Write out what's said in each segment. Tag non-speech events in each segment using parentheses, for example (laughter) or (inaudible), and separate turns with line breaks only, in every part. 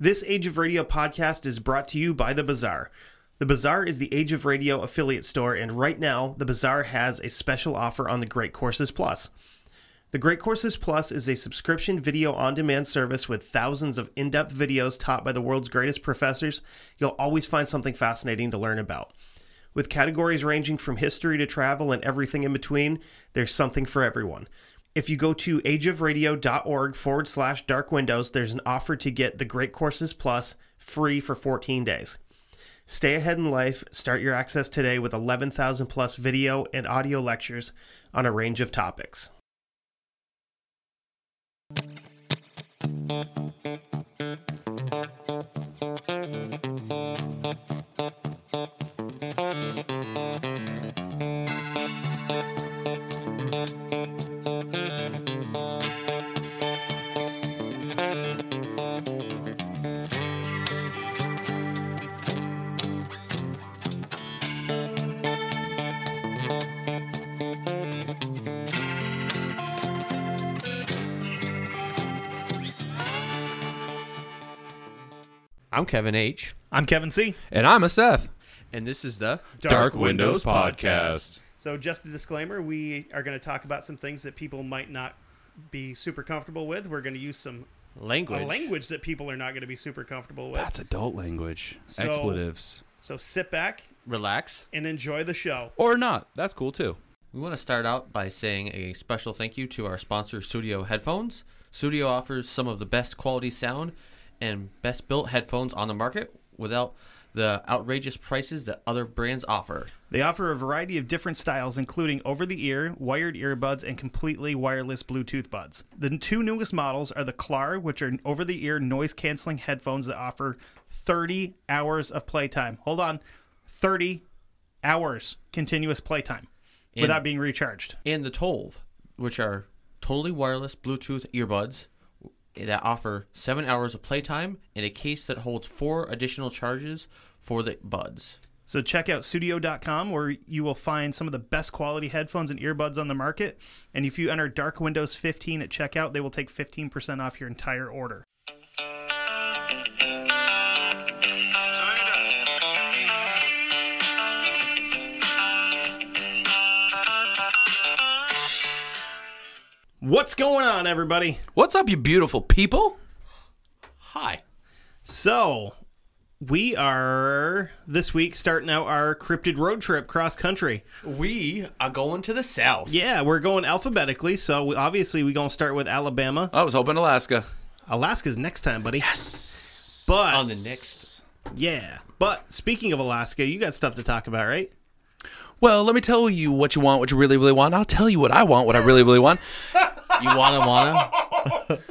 This Age of Radio podcast is brought to you by The Bazaar. The Bazaar is the Age of Radio affiliate store, and right now, The Bazaar has a special offer on the Great Courses Plus. The Great Courses Plus is a subscription video on demand service with thousands of in depth videos taught by the world's greatest professors. You'll always find something fascinating to learn about. With categories ranging from history to travel and everything in between, there's something for everyone. If you go to ageofradio.org forward slash dark windows, there's an offer to get the Great Courses Plus free for 14 days. Stay ahead in life. Start your access today with 11,000 plus video and audio lectures on a range of topics.
I'm Kevin H.
I'm Kevin C.
And I'm a Seth.
And this is the
Dark
Windows Podcast.
So, just a disclaimer we are going to talk about some things that people might not be super comfortable with. We're going to use some a
language.
language that people are not going to be super comfortable with.
That's adult language.
So-
Expletives.
So, sit back
Relax.
and enjoy the show.
Or not. That's cool too.
We want to start out by saying a special thank you to our sponsor, Studio Headphones. Studio offers some of the best quality sound and best built headphones on the market without the outrageous prices that other brands offer.
They offer a variety of different styles, including over the ear, wired earbuds, and completely wireless Bluetooth buds. The two newest models are the Clar, which are over the ear noise canceling headphones that offer 30 hours of playtime. Hold on, 30 hours continuous playtime without being recharged.
And the Tolv, which are totally wireless Bluetooth earbuds that offer seven hours of playtime and a case that holds four additional charges for the buds.
So check out studio.com where you will find some of the best quality headphones and earbuds on the market. And if you enter Dark Windows 15 at checkout, they will take 15% off your entire order.
What's going on, everybody?
What's up, you beautiful people? Hi.
So, we are this week starting out our cryptid road trip cross country.
We are going to the south.
Yeah, we're going alphabetically, so we, obviously we're going to start with Alabama.
I was hoping Alaska.
Alaska's next time, buddy. Yes. But
On the next
yeah, but speaking of Alaska, you got stuff to talk about, right?
Well, let me tell you what you want, what you really, really want. I'll tell you what I want, what I really, really want.
You wanna wanna?
(laughs)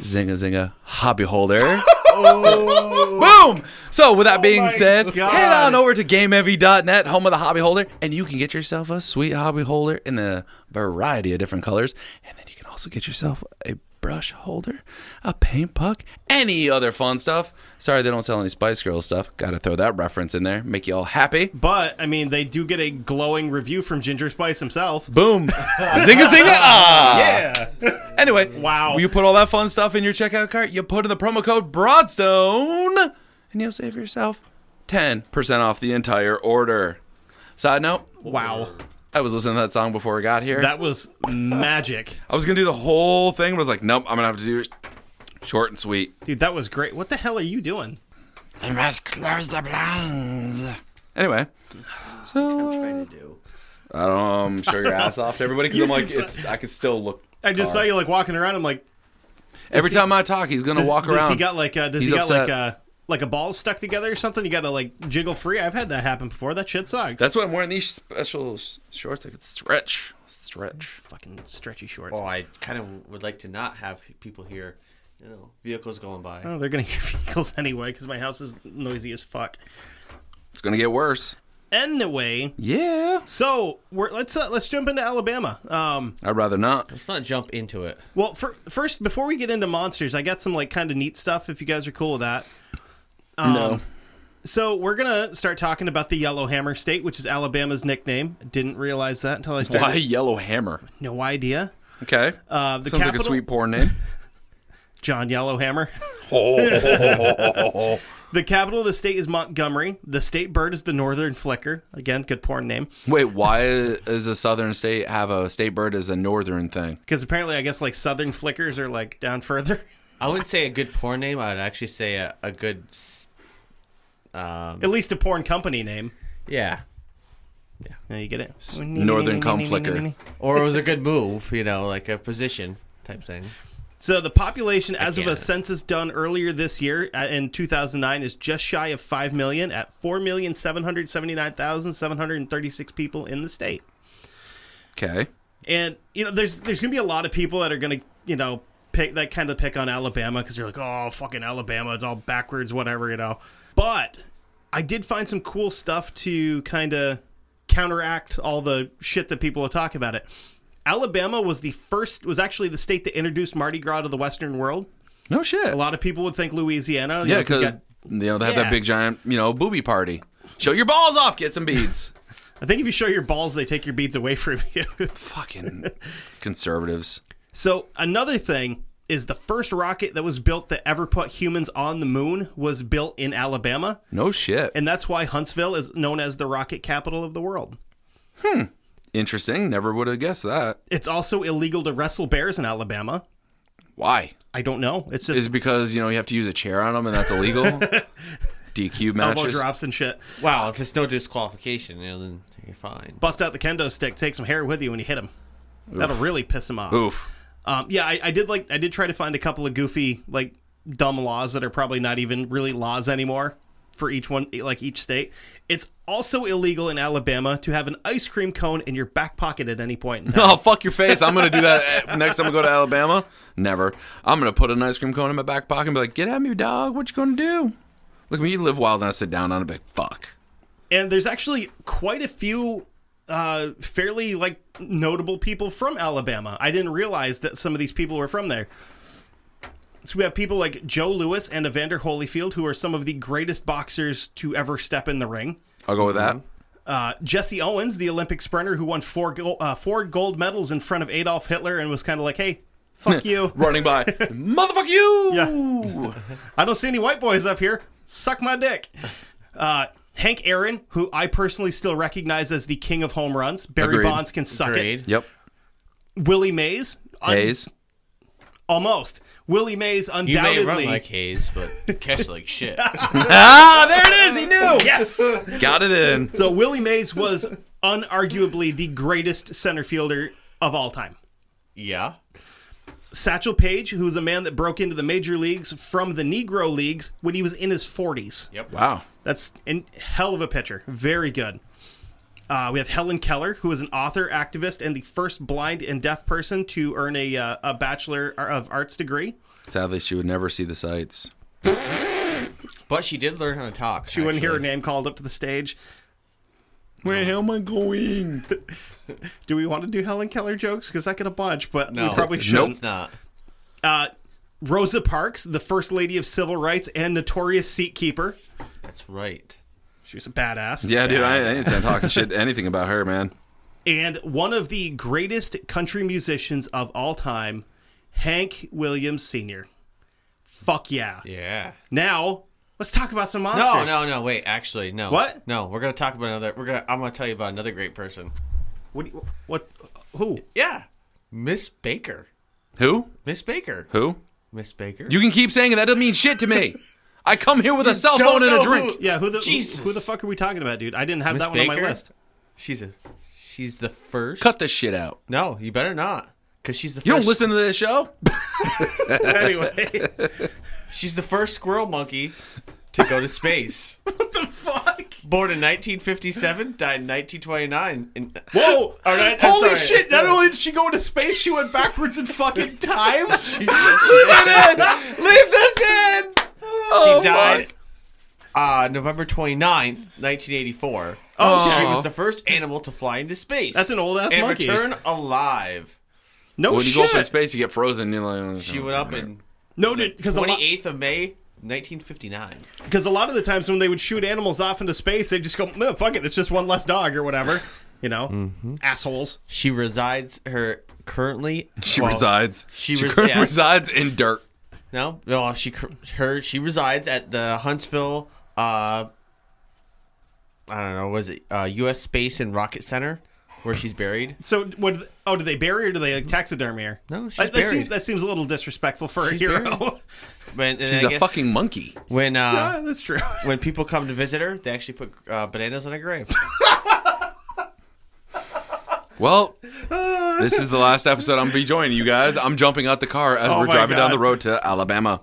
Zinga, zinga, hobby holder. (laughs) Boom! So, with that being said, head on over to GameEvy.net, home of the hobby holder, and you can get yourself a sweet hobby holder in a variety of different colors. And then you can also get yourself a brush holder, a paint puck, any other fun stuff. Sorry, they don't sell any Spice Girl stuff. Gotta throw that reference in there, make you all happy.
But I mean, they do get a glowing review from Ginger Spice himself.
Boom! zinga, zinga! Ah! (laughs)
Yeah.
Anyway,
Wow.
You put all that fun stuff in your checkout cart. You put in the promo code Broadstone, and you'll save yourself ten percent off the entire order. Side note:
wow.
I was listening to that song before I got here.
That was magic.
I was gonna do the whole thing, but I was like, nope, I'm gonna have to do it short and sweet.
Dude, that was great. What the hell are you doing?
I must close the blinds. Anyway, so uh,
to do.
I don't. know, I'm sure your ass off to everybody because
(laughs)
I'm like, it's. I could still look.
I just saw you like walking around. I'm like,
Every
he-
time I talk, he's gonna
does,
walk
does
around.
he got like uh does he
He's
got
upset.
like a like a ball stuck together or something? You got to like jiggle free. I've had that happen before. That shit sucks.
That's why I'm wearing these special s- shorts. I could stretch, stretch.
fucking stretchy shorts.
Oh, I kind of would like to not have people hear, you know, vehicles going by.
Oh, they're gonna (laughs) hear vehicles anyway because my house is noisy as fuck.
It's gonna get worse.
Anyway,
Yeah.
so we're, let's uh, let's jump into Alabama. Um,
I'd rather not.
Let's not jump into it.
well, fir- first before we get into monsters, I got some like kind of neat stuff. If you guys are cool with that, Um,
no.
so we're gonna start talking about the Yellowhammer State, which is Alabama's nickname. Didn't realize that until I started.
Why yellow hammer?
No idea.
Okay.
Uh, the
Sounds like a
capital-
sweet porn name.
John Yellowhammer. (laughs) the capital of the state is Montgomery. The state bird is the northern flicker. Again, good porn name.
(laughs) Wait, why does a southern state have a state bird as a northern thing?
Because apparently, I guess like southern flickers are like down further. (laughs)
I wouldn't say a good porn name. I'd actually say a, a good. s- Um,
At least a porn company name.
yeah.
Yeah, you get it.
Northern cum flicker.
Or it was a good move, you know, like a position type thing.
So the population, as of a
can't.
census done earlier this year uh, in 2009, is just shy of five million at four million seven hundred seventy nine thousand seven hundred thirty six people in the state.
Okay.
And you know, there's there's gonna be a lot of people that are gonna you know pick that kind of pick on Alabama because you're like, oh fucking Alabama, it's all backwards, whatever, you know. But I did find some cool stuff to kind of counteract all the shit that people will talk about it. Alabama was the first was actually the state that introduced Mardi Gras to the Western world.
No shit.
A lot of people would think Louisiana. you
Yeah,
know,
because
got-
you know they have
Yeah.
that big giant you know booby party. Show your balls off. Get some beads.
I think if you show your balls, they take your beads away from (laughs) you. (laughs)
(laughs) Fucking conservatives.
So another thing is the first rocket that was built that ever put humans on the moon was built in Alabama,
No shit.
and that's why Huntsville is known as the rocket capital of the world.
Interesting. Never would have guessed that.
It's also illegal to wrestle bears in Alabama.
Why?
I don't know. It's just
Is it because you know you have to use a chair on them and that's illegal. (laughs) DQ
elbow
matches.
drops and shit.
Wow, if there's no disqualification, you know, then you're fine.
Bust out the kendo stick. Take some hair with you when you hit him. That'll really piss him off.
Oof.
Um, yeah, I, I did like I did try to find a couple of goofy like dumb laws that are probably not even really laws anymore for each one like each state. It's also illegal in Alabama to have an ice cream cone in your back pocket at any point. In time.
(laughs) Oh fuck your face! I'm gonna do that (laughs) eh, next time I go to Alabama. Never. I'm gonna put an ice cream cone in my back pocket and be like, "Get at me, dog! What you gonna do?" Look, when you live wild, and I sit down on it, be like, "Fuck."
And there's actually quite a few uh, fairly like notable people from Alabama. I didn't realize that some of these people were from there. So we have people like Joe Lewis and Evander Holyfield, who are some of the greatest boxers to ever step in the ring.
I'll go with that.
Uh, Jesse Owens, the Olympic sprinter who won four go- uh, four gold medals in front of Adolf Hitler, and was kind of like, "Hey,
(laughs)
fuck you!
Running (laughs) by, motherfucker you.
I don't see any white boys up here. Suck my
(laughs)
dick." Uh, Hank Aaron, who I personally still recognize as the king of home runs. Barry
Agreed.
Bonds can suck
Grade.
Yep.
it. Willie Mays, un-
(laughs) Hayes.
almost. Willie Mays,
You may
undoubtedly.
run like Hayes, but catch like shit.
Ah, there it is. He
(laughs)
(laughs)
knew.
yes.
Got it in.
so Willie Mays was unarguably the greatest center fielder of all time.
Yeah.
Satchel Paige, who was a man that broke into the major leagues from the Negro leagues when he was in his 40s.
Yep.
Wow.
That's a hell of a pitcher. Very good. Uh, we have Helen Keller, who is an author, activist, and the first blind and deaf person to earn a, uh, a Bachelor of Arts degree.
Sadly, she would never see the sights.
But she did learn how to talk.
She wouldn't hear her name called up to the stage.
Where how am I going?
Do we want to do Helen Keller jokes? Because I get a bunch, but
No.
we probably
Nope.
shouldn't.
It's not.
Uh, Rosa Parks, the first lady of civil rights and notorious seat keeper.
That's right.
She was a badass.
Yeah, dude, I, I ain't saying talking (laughs) shit anything about her, man.
and one of the greatest country musicians of all time, Hank Williams Sr. Fuck yeah.
Yeah.
Now, let's talk about some monsters.
No, no, no. Wait, actually, no.
What?
No, we're gonna talk about another. We're gonna. I'm gonna tell you about another great person.
What, do you- what who?
Yeah. Miss Baker.
Who?
Miss Baker.
Who?
Miss Baker.
You can keep saying it. That doesn't mean shit
(laughs)
to me. I come here with a cell
don't
phone and
know
a
who-
drink.
Yeah, who the
Jesus.
who, the fuck are we talking about, dude? I didn't have
Miss
that one on my
Baker?
list.
She's a. She's the first.
Cut this shit out.
No, you better not. Cause she's the.
You
first,
don't listen to
(laughs)
this show?
Anyway,
She's the first squirrel monkey to go to space.
what the (laughs) fuck?
Born in 1957, died in 1929. In,
Whoa!
All right, I'm
Holy
sorry.
shit! Not only did she go into space, she went backwards in fucking
(laughs)
time. She,
Leave this in. Oh
she died uh, November 29th, 1984.
Oh,
She
shit.
was the first animal to fly into space.
That's an old-ass
and
monkey.
return alive.
no
When you
shit.
go up in space, you get frozen. You're like, oh,
She went up in
no, because a, lo-
28th of May, 1959.
'cause a lot of the times when they would shoot animals off into space, they just go, "No, fuck it, it's just one less dog or whatever." You know,
Mm-hmm.
assholes.
She resides her currently.
She
well,
resides.
She
She,
res-
currently
yeah.
resides in dirt.
No, no. She cr- her she resides at the Huntsville. Uh, I don't know. Was it uh, U.S. Space and Rocket Center, where she's buried?
So, what? Oh, do they bury or do they like, taxidermy her?
No, she's
that, that seems,
buried.
that seems a little disrespectful for a hero.
When, and
She's
I
a
guess
fucking monkey.
(laughs)
when
Ah,
uh,
that's
(laughs)
true.
when people come to visit her, they actually put uh, bananas on her
(laughs)
grave.
Well, this is the last episode I'm be joining you guys. I'm jumping out the car as
Oh
we're
my
driving down
God.
the road
(laughs)
to Alabama.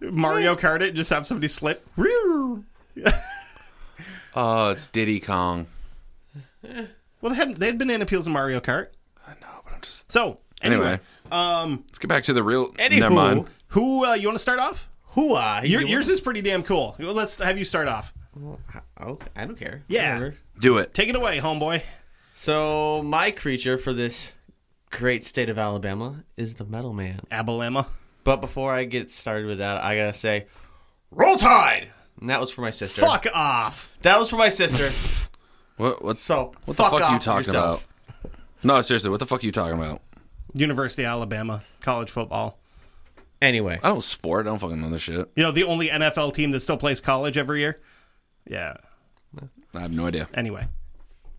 Mario Kart it, just have somebody slip.
Oh, it's Diddy Kong.
Well, they had they had banana peels in Mario Kart.
No, but I'm just.
So anyway,
Anyway,
um,
let's get back to the real.
Anywho.
Never mind.
who uh, you want to start off?
Hooah!
Your,
You-
yours is pretty damn cool. Well, Let's have you start off.
Oh, I don't care.
Yeah.
Do it.
Take it away, homeboy.
So my creature for this great state of Alabama is the Metal Man.
Abalama.
But before I get started with that, I gotta say, Roll Tide. And that was for my sister.
Fuck off.
That was for my
(laughs)
sister.
What? What?
So
what
fuck
the fuck
off
you talking
yourself.
about? No, seriously, what the fuck you talking about?
University of Alabama college football.
Anyway,
I don't sport. I don't fucking know this shit.
You know the only NFL team that still plays college every year. Yeah.
I have no idea.
Anyway,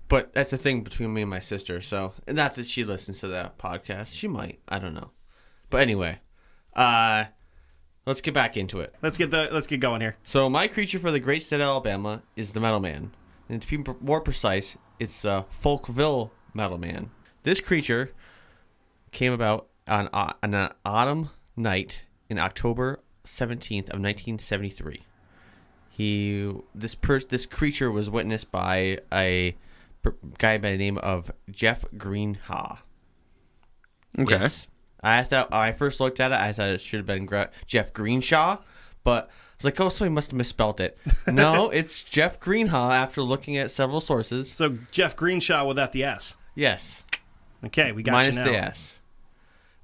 but that's the thing between me and my sister. So, and not that she listens to that podcast. She might. I don't know. But anyway, uh, let's get back into it.
let's get the let's get going here.
So my creature for the great state of Alabama is the Metal Man, and to be pr- more precise, it's the Folkville Metal Man. This creature came about on, au- on an autumn night in October 17th of 1973. He this per, this creature was witnessed by a per- guy by the name of Jeff Greenhaw.
Okay.
Yes. I thought I first looked at it. I thought it should have been Gra- Jeff Greenshaw, but I was like, "Oh, somebody must have
(laughs)
misspelled it." No, it's Jeff Greenhaw. After looking at several sources,
So Jeff Greenshaw without the S.
yes,
Okay, we got
minus
you now.
the S.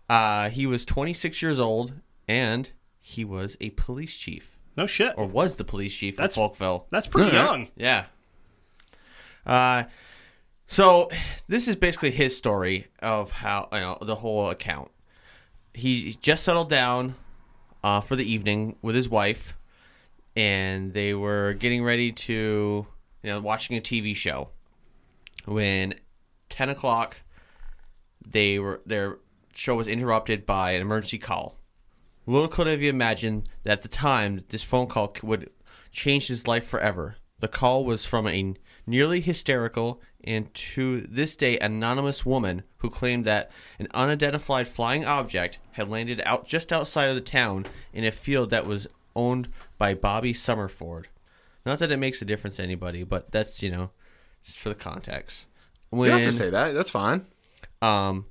Uh, he was 26 years old, and he was a police chief,
No shit.
Oh.
or was the police chief
That's-
of Folkville.
That's pretty
Yeah.
young.
Yeah. Uh, so this is basically his story of how you know the whole account. He just settled down uh, for the evening with his wife, and they were getting ready to you know watching a TV show. When ten o'clock, they were their show was interrupted by an emergency call. Little could have you imagined that at the time this phone call c- would change his life forever. The call was from a nearly hysterical and to this day anonymous woman who claimed that an unidentified flying object had landed out just outside of the town in a field that was owned by Bobby Summerford. Not that it makes a difference to anybody, but that's, you know, just for the context. When,
You don't have to say that. That's fine.
um,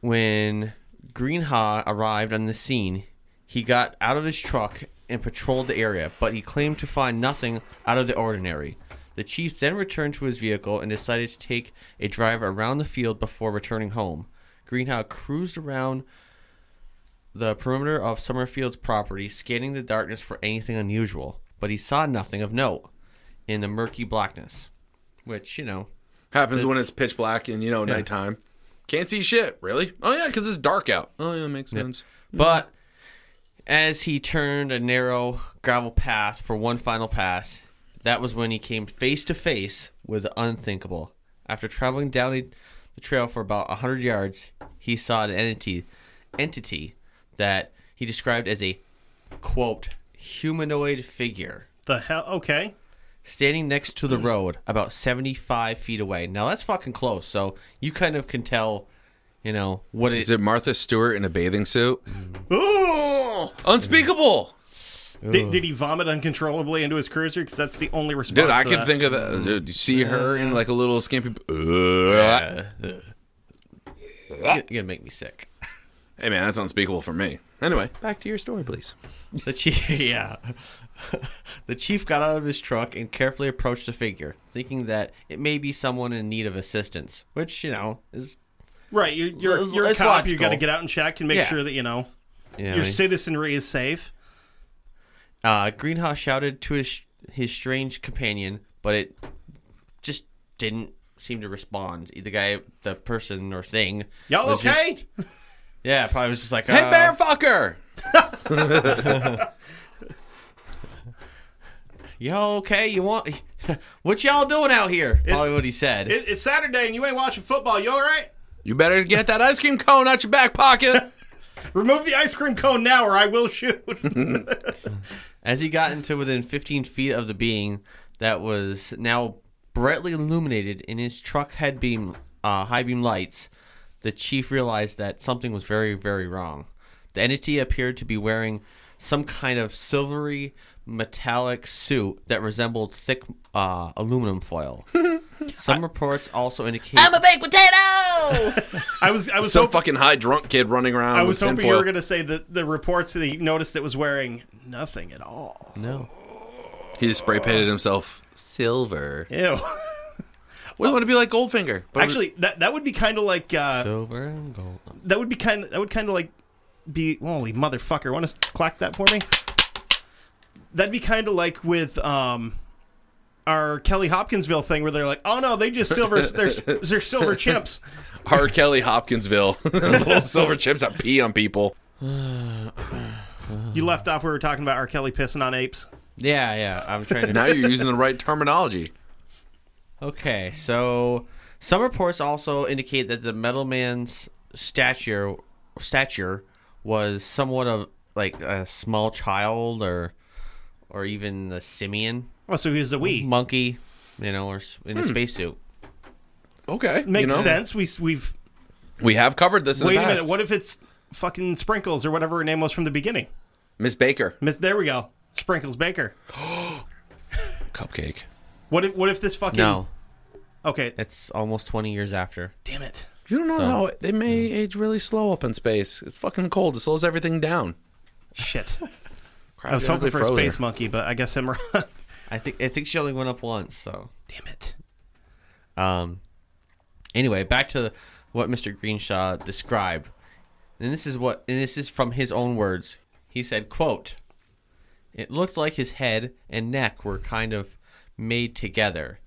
when Greenhaw arrived on the scene, he got out of his truck and patrolled the area, but he claimed to find nothing out of the ordinary. The chief then returned to his vehicle and decided to take a drive around the field before returning home. Greenhaw cruised around the perimeter of Summerfield's property, scanning the darkness for anything unusual, but he saw nothing of note in the murky blackness, which, you know,
Happens when it's pitch black and you know nighttime. Can't see shit. Really? Oh yeah, because it's dark out. Oh yeah, makes sense.
But as he turned a narrow gravel path for one final pass, that was when he came face to face with the unthinkable. After traveling down a- the trail for about 100 yards, he saw an entity, entity that he described as a quote humanoid figure
The hell? Okay.
standing next to the road about 75 feet away. Now that's fucking close, so you kind of can tell, you know, what it
Is it Martha Stewart in a bathing suit?
Ooh.
Unspeakable.
Did, did he vomit uncontrollably into his cruiser? Because that's the only response.
Dude, I
to
can
that.
think of that. Dude, you see her in like a little skimpy.
you're gonna make me sick. (laughs)
Hey man, that's unspeakable for me. Anyway, back to your story, please.
The chief, yeah. (laughs) the chief got out of his truck and carefully approached the figure, thinking that it may be someone in need of assistance, which, you know, is.
Right, you're you're,
It's-
you're a
it's
cop. You
logical.
got to get out and check and make
Yeah.
sure that you know
You know,
your
he-
citizenry is safe.
uh, Greenhouse shouted to his, his strange companion, but it just didn't seem to respond. The guy, the person or thing.
Y'all
was
okay?
just- (laughs) Yeah, probably was just like,
Hey,
uh,
bear fucker!
You okay? You want? (laughs) what y'all doing out here? Probably what he said.
It, it's Saturday and you ain't watching football. You all right?
You better get that ice cream cone out your back pocket. (laughs)
Remove the ice cream cone now, or I will shoot.
As he got into within 15 feet of the being that was now brightly illuminated in his truck head beam, uh, high beam lights, the chief realized that something was very, very wrong. The entity appeared to be wearing some kind of silvery metallic suit that resembled thick uh, aluminum foil. some reports also indicate
I was I was
Some
hoping,
fucking high drunk kid running around.
I
with
was hoping you
tinfoil.
were going to say that the reports that he noticed that was wearing nothing at all.
no.
He just spray painted himself silver.
Ew.
We want to be like Goldfinger. But
Uh,
(laughs)
Actually, that that would be kind of like uh,
silver and gold.
that would be kind that would kind of like be holy motherfucker. Want to clack that for me? That'd be kind of like with um our Kelly Hopkinsville thing where they're like, oh no, they just silver they're they're silver chimps.
R. Kelly
(laughs)
Hopkinsville. (laughs) Little silver chips that pee on people.
You left off where we were talking about R. Kelly pissing on apes.
Yeah, yeah. I'm trying to
Now you're using the right terminology.
Okay, so some reports also indicate that the metal man's stature stature was somewhat of like a small child or or even a simian
Oh, so he was a wee.
monkey, you know, or s- in a spacesuit.
Okay.
Makes
you know?
sense. We we've
We have covered this in
wait
the
a
past.
minute. What if it's fucking sprinkles or whatever her name was from the beginning?
Miss Baker.
Miss, there we go. Sprinkles Baker.
Cupcake.
What if what if this fucking
No,
okay?
it's almost 20 years after.
Damn it.
You don't know how they may age really slow up in space. It's fucking cold. It slows everything down.
Shit.
Crap,
I was
you're
hoping
really
for
frozen.
a space monkey, but I guess I'm (laughs) wrong. Damn
I think I think she only went up once, so
it.
Um, anyway, back to what Mr. Greenshaw described, and this is what, and this is from his own words. He said, "quote It looked like his head and neck were kind of made together.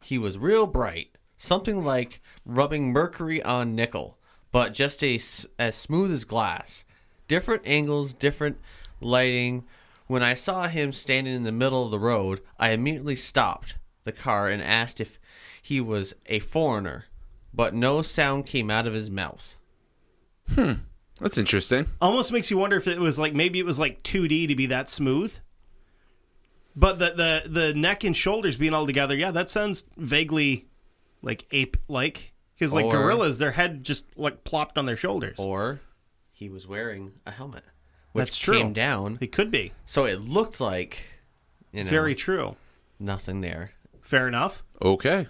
He was real bright, something like rubbing mercury on nickel, but just a s as smooth as glass. Different angles, different lighting. When I saw him standing in the middle of the road, I immediately stopped the car and asked if he was a foreigner, but no sound came out of his mouth.
That's interesting.
Almost makes you wonder if it was like maybe it was like 2D to be that smooth. But the the the neck and shoulders being all together, yeah, that sounds vaguely like ape like because like
Or-
gorillas, their head just like plopped on their shoulders.
Or he was wearing a helmet, which
That's true.
came down,
It could be
so it looked like you know,
very true.
nothing there.
Fair enough.
Okay.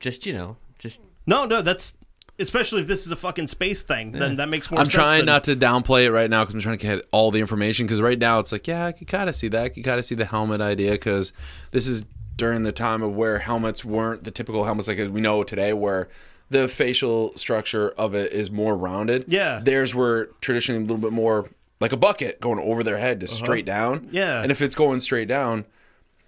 Just you know, just
No, no, that's especially if this is a fucking space thing, then that makes more
I'm
sense.
trying
than-
not to downplay it right now because I'm trying to get all the information. Because right now it's like, yeah, I can kind of see that. I can kind of see the helmet idea because this is during the time of where helmets weren't the typical helmets like we know today, where the facial structure of it is more rounded.
Yeah.
Theirs were traditionally a little bit more like a bucket going over their head to straight down.
Uh-huh. Yeah.
And if it's going straight down,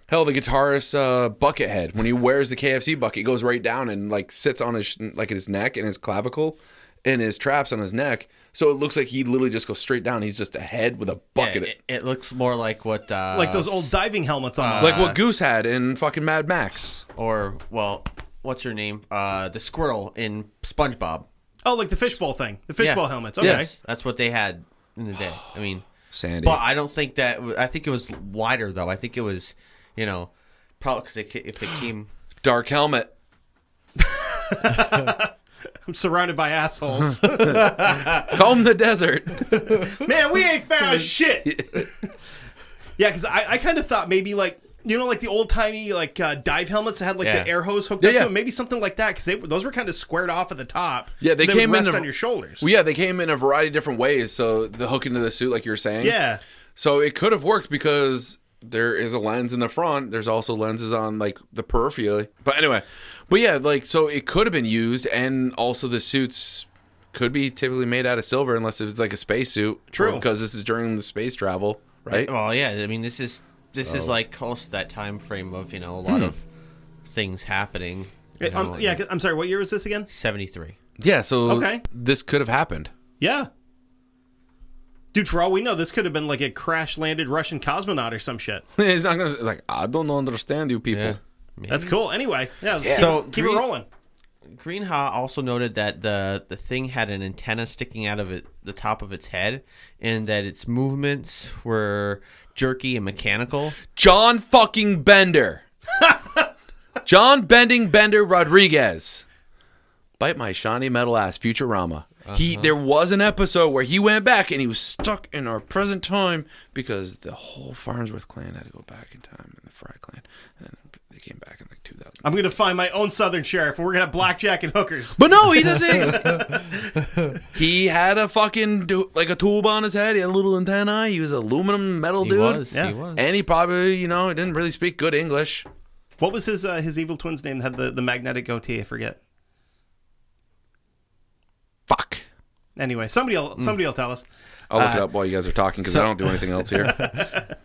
Hell, the guitarist uh, Buckethead, when he wears the KFC bucket, it goes right down and like sits on his like his neck and his clavicle, and his traps on his neck. So it looks like he literally just goes straight down. He's just a head with a
yeah,
bucket,
it, it looks more like what uh,
like those old diving helmets on.
uh, like what Goose had in fucking Mad Max.
or well, what's her name? Uh, the squirrel in SpongeBob.
oh, like the fishbowl thing, the fishbowl
Yeah.
helmets. Okay,
Yes, that's what they had in the day. I mean,
Sandy.
But I don't think that. I think it was wider though. I think it was, you know, probably because it, ca- if it came.
Dark helmet.
I'm surrounded by
(laughs)
assholes.
Comb the
(laughs)
desert.
Man, we (laughs) ain't found (laughs) shit. yeah, because I, I kind of thought maybe like you know like the old timey like uh, dive helmets that had like
Yeah.
the air hose hooked
Yeah,
up
yeah.
to them, maybe something like that because those were kind of squared off at the top.
Yeah, they
and would
came in
rest
the-
on your shoulders.
well, yeah, they came in a variety of different ways. So the hook into the suit, like you were saying.
yeah,
So it could have worked because there is a lens in the front. There's also lenses on like the periphery. But anyway, but yeah, like so it could have been used, and also the suits could be typically made out of silver unless it was like a spacesuit.
True.
because this is during the space travel, right?
Well, yeah. I mean, this is this is like close to that time frame of you know a lot of things happening. you
Um,
know,
yeah. 'cause- I'm sorry. What year was this again?
seventy three.
Yeah. So
Okay.
this could have happened. (laughs)
Yeah. Dude, for all we know, this could have been like a crash landed Russian cosmonaut or some shit.
He's not gonna say, like I don't understand you people.
Yeah.
That's cool. Anyway, yeah, let's Keep,
So,
keep
green-
it rolling.
Greenha also noted that the the thing had an antenna sticking out of it, the top of its head, and that its movements were jerky and mechanical.
John fucking (laughs) Bender. John Bending Bender Rodriguez. Bite my shiny metal ass, Futurama. He
Uh-huh.
there was an episode where he went back and he was stuck in our present time because the whole Farnsworth clan had to go back in time and the Fry clan and they came back in like 2000.
I'm going to find my own Southern sheriff and we're going to have blackjack and
(laughs)
hookers.
But no, he doesn't.
(laughs)
he had a fucking do- like a tube on his head. He had a little antenna. He was aluminum metal
He
dude.
was,
yeah.
he was.
And he probably, you know, he didn't really speak good English.
What was his uh, his evil twin's name that had the, the magnetic goatee? I forget.
Fuck.
Anyway, somebody will, somebody will tell us.
I'll
Uh,
look it up while you guys are talking because I don't do anything
(laughs)
else here.
I-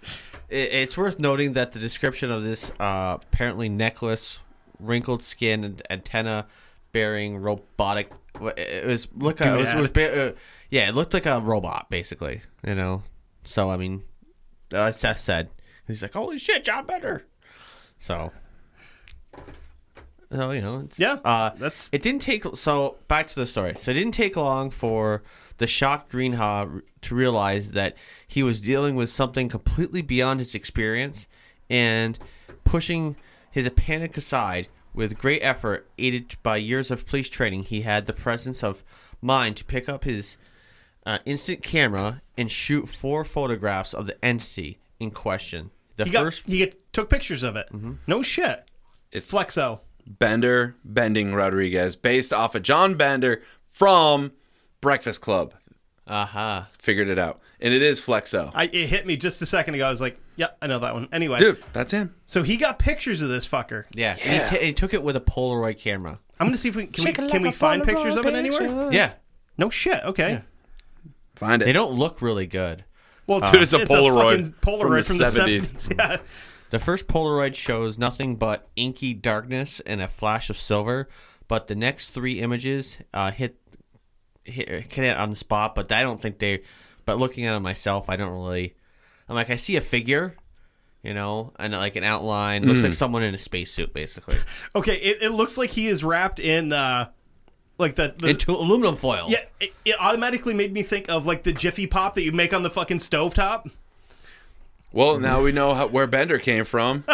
it's worth noting that the description of this uh, apparently necklace, wrinkled skin, and antenna bearing robotic. It was look. It was, it was, ba- uh, yeah, it looked like a robot basically. You know, so I mean, uh, Seth said he's like, "Holy shit, John Bender!" So, so you know, it's,
Yeah,
Uh,
that's-
it didn't take so back to the story. So it didn't take long for the shocked Greenhaw to realize that he was dealing with something completely beyond his experience, and pushing his panic aside with great effort, aided by years of police training, he had the presence of mind to pick up his uh, instant camera and shoot four photographs of the entity in question. The
He got
first
he get, took pictures of it. No shit. It's Flexo.
Bender Bending Rodriguez, based off of John Bender from Breakfast Club.
Aha.
Figured it out. And it is Flexo.
Uh-huh. I, it hit me just a second ago. I was like, "Yep, I know that one." Anyway,
Dude, that's him.
so he got pictures of this fucker.
Yeah. And he,
Yeah.
ta- and he took it with a Polaroid camera.
I'm gonna see if we can we, can we find pictures of it anywhere.
Yeah.
No shit. Okay.
Find
They
it.
don't look really good.
Well, it's,
Dude, it's a Polaroid
fucking Polaroid from
from
the,
the
(laughs) 70s. Yeah.
The first Polaroid shows nothing but inky darkness and a flash of silver, but the next three images uh, hit hit hit it on the spot. But I don't think they. But looking at it myself, I don't really. I'm like I see a figure, you know, and like an outline. Looks
Hmm.
like someone in a spacesuit, basically,
Okay. It, it looks like he is wrapped in uh, like the, the
into aluminum foil.
yeah. It, it automatically made me think of like the Jiffy Pop that you make on the fucking stovetop.
Well, now we know how, where Bender
(laughs)
came from.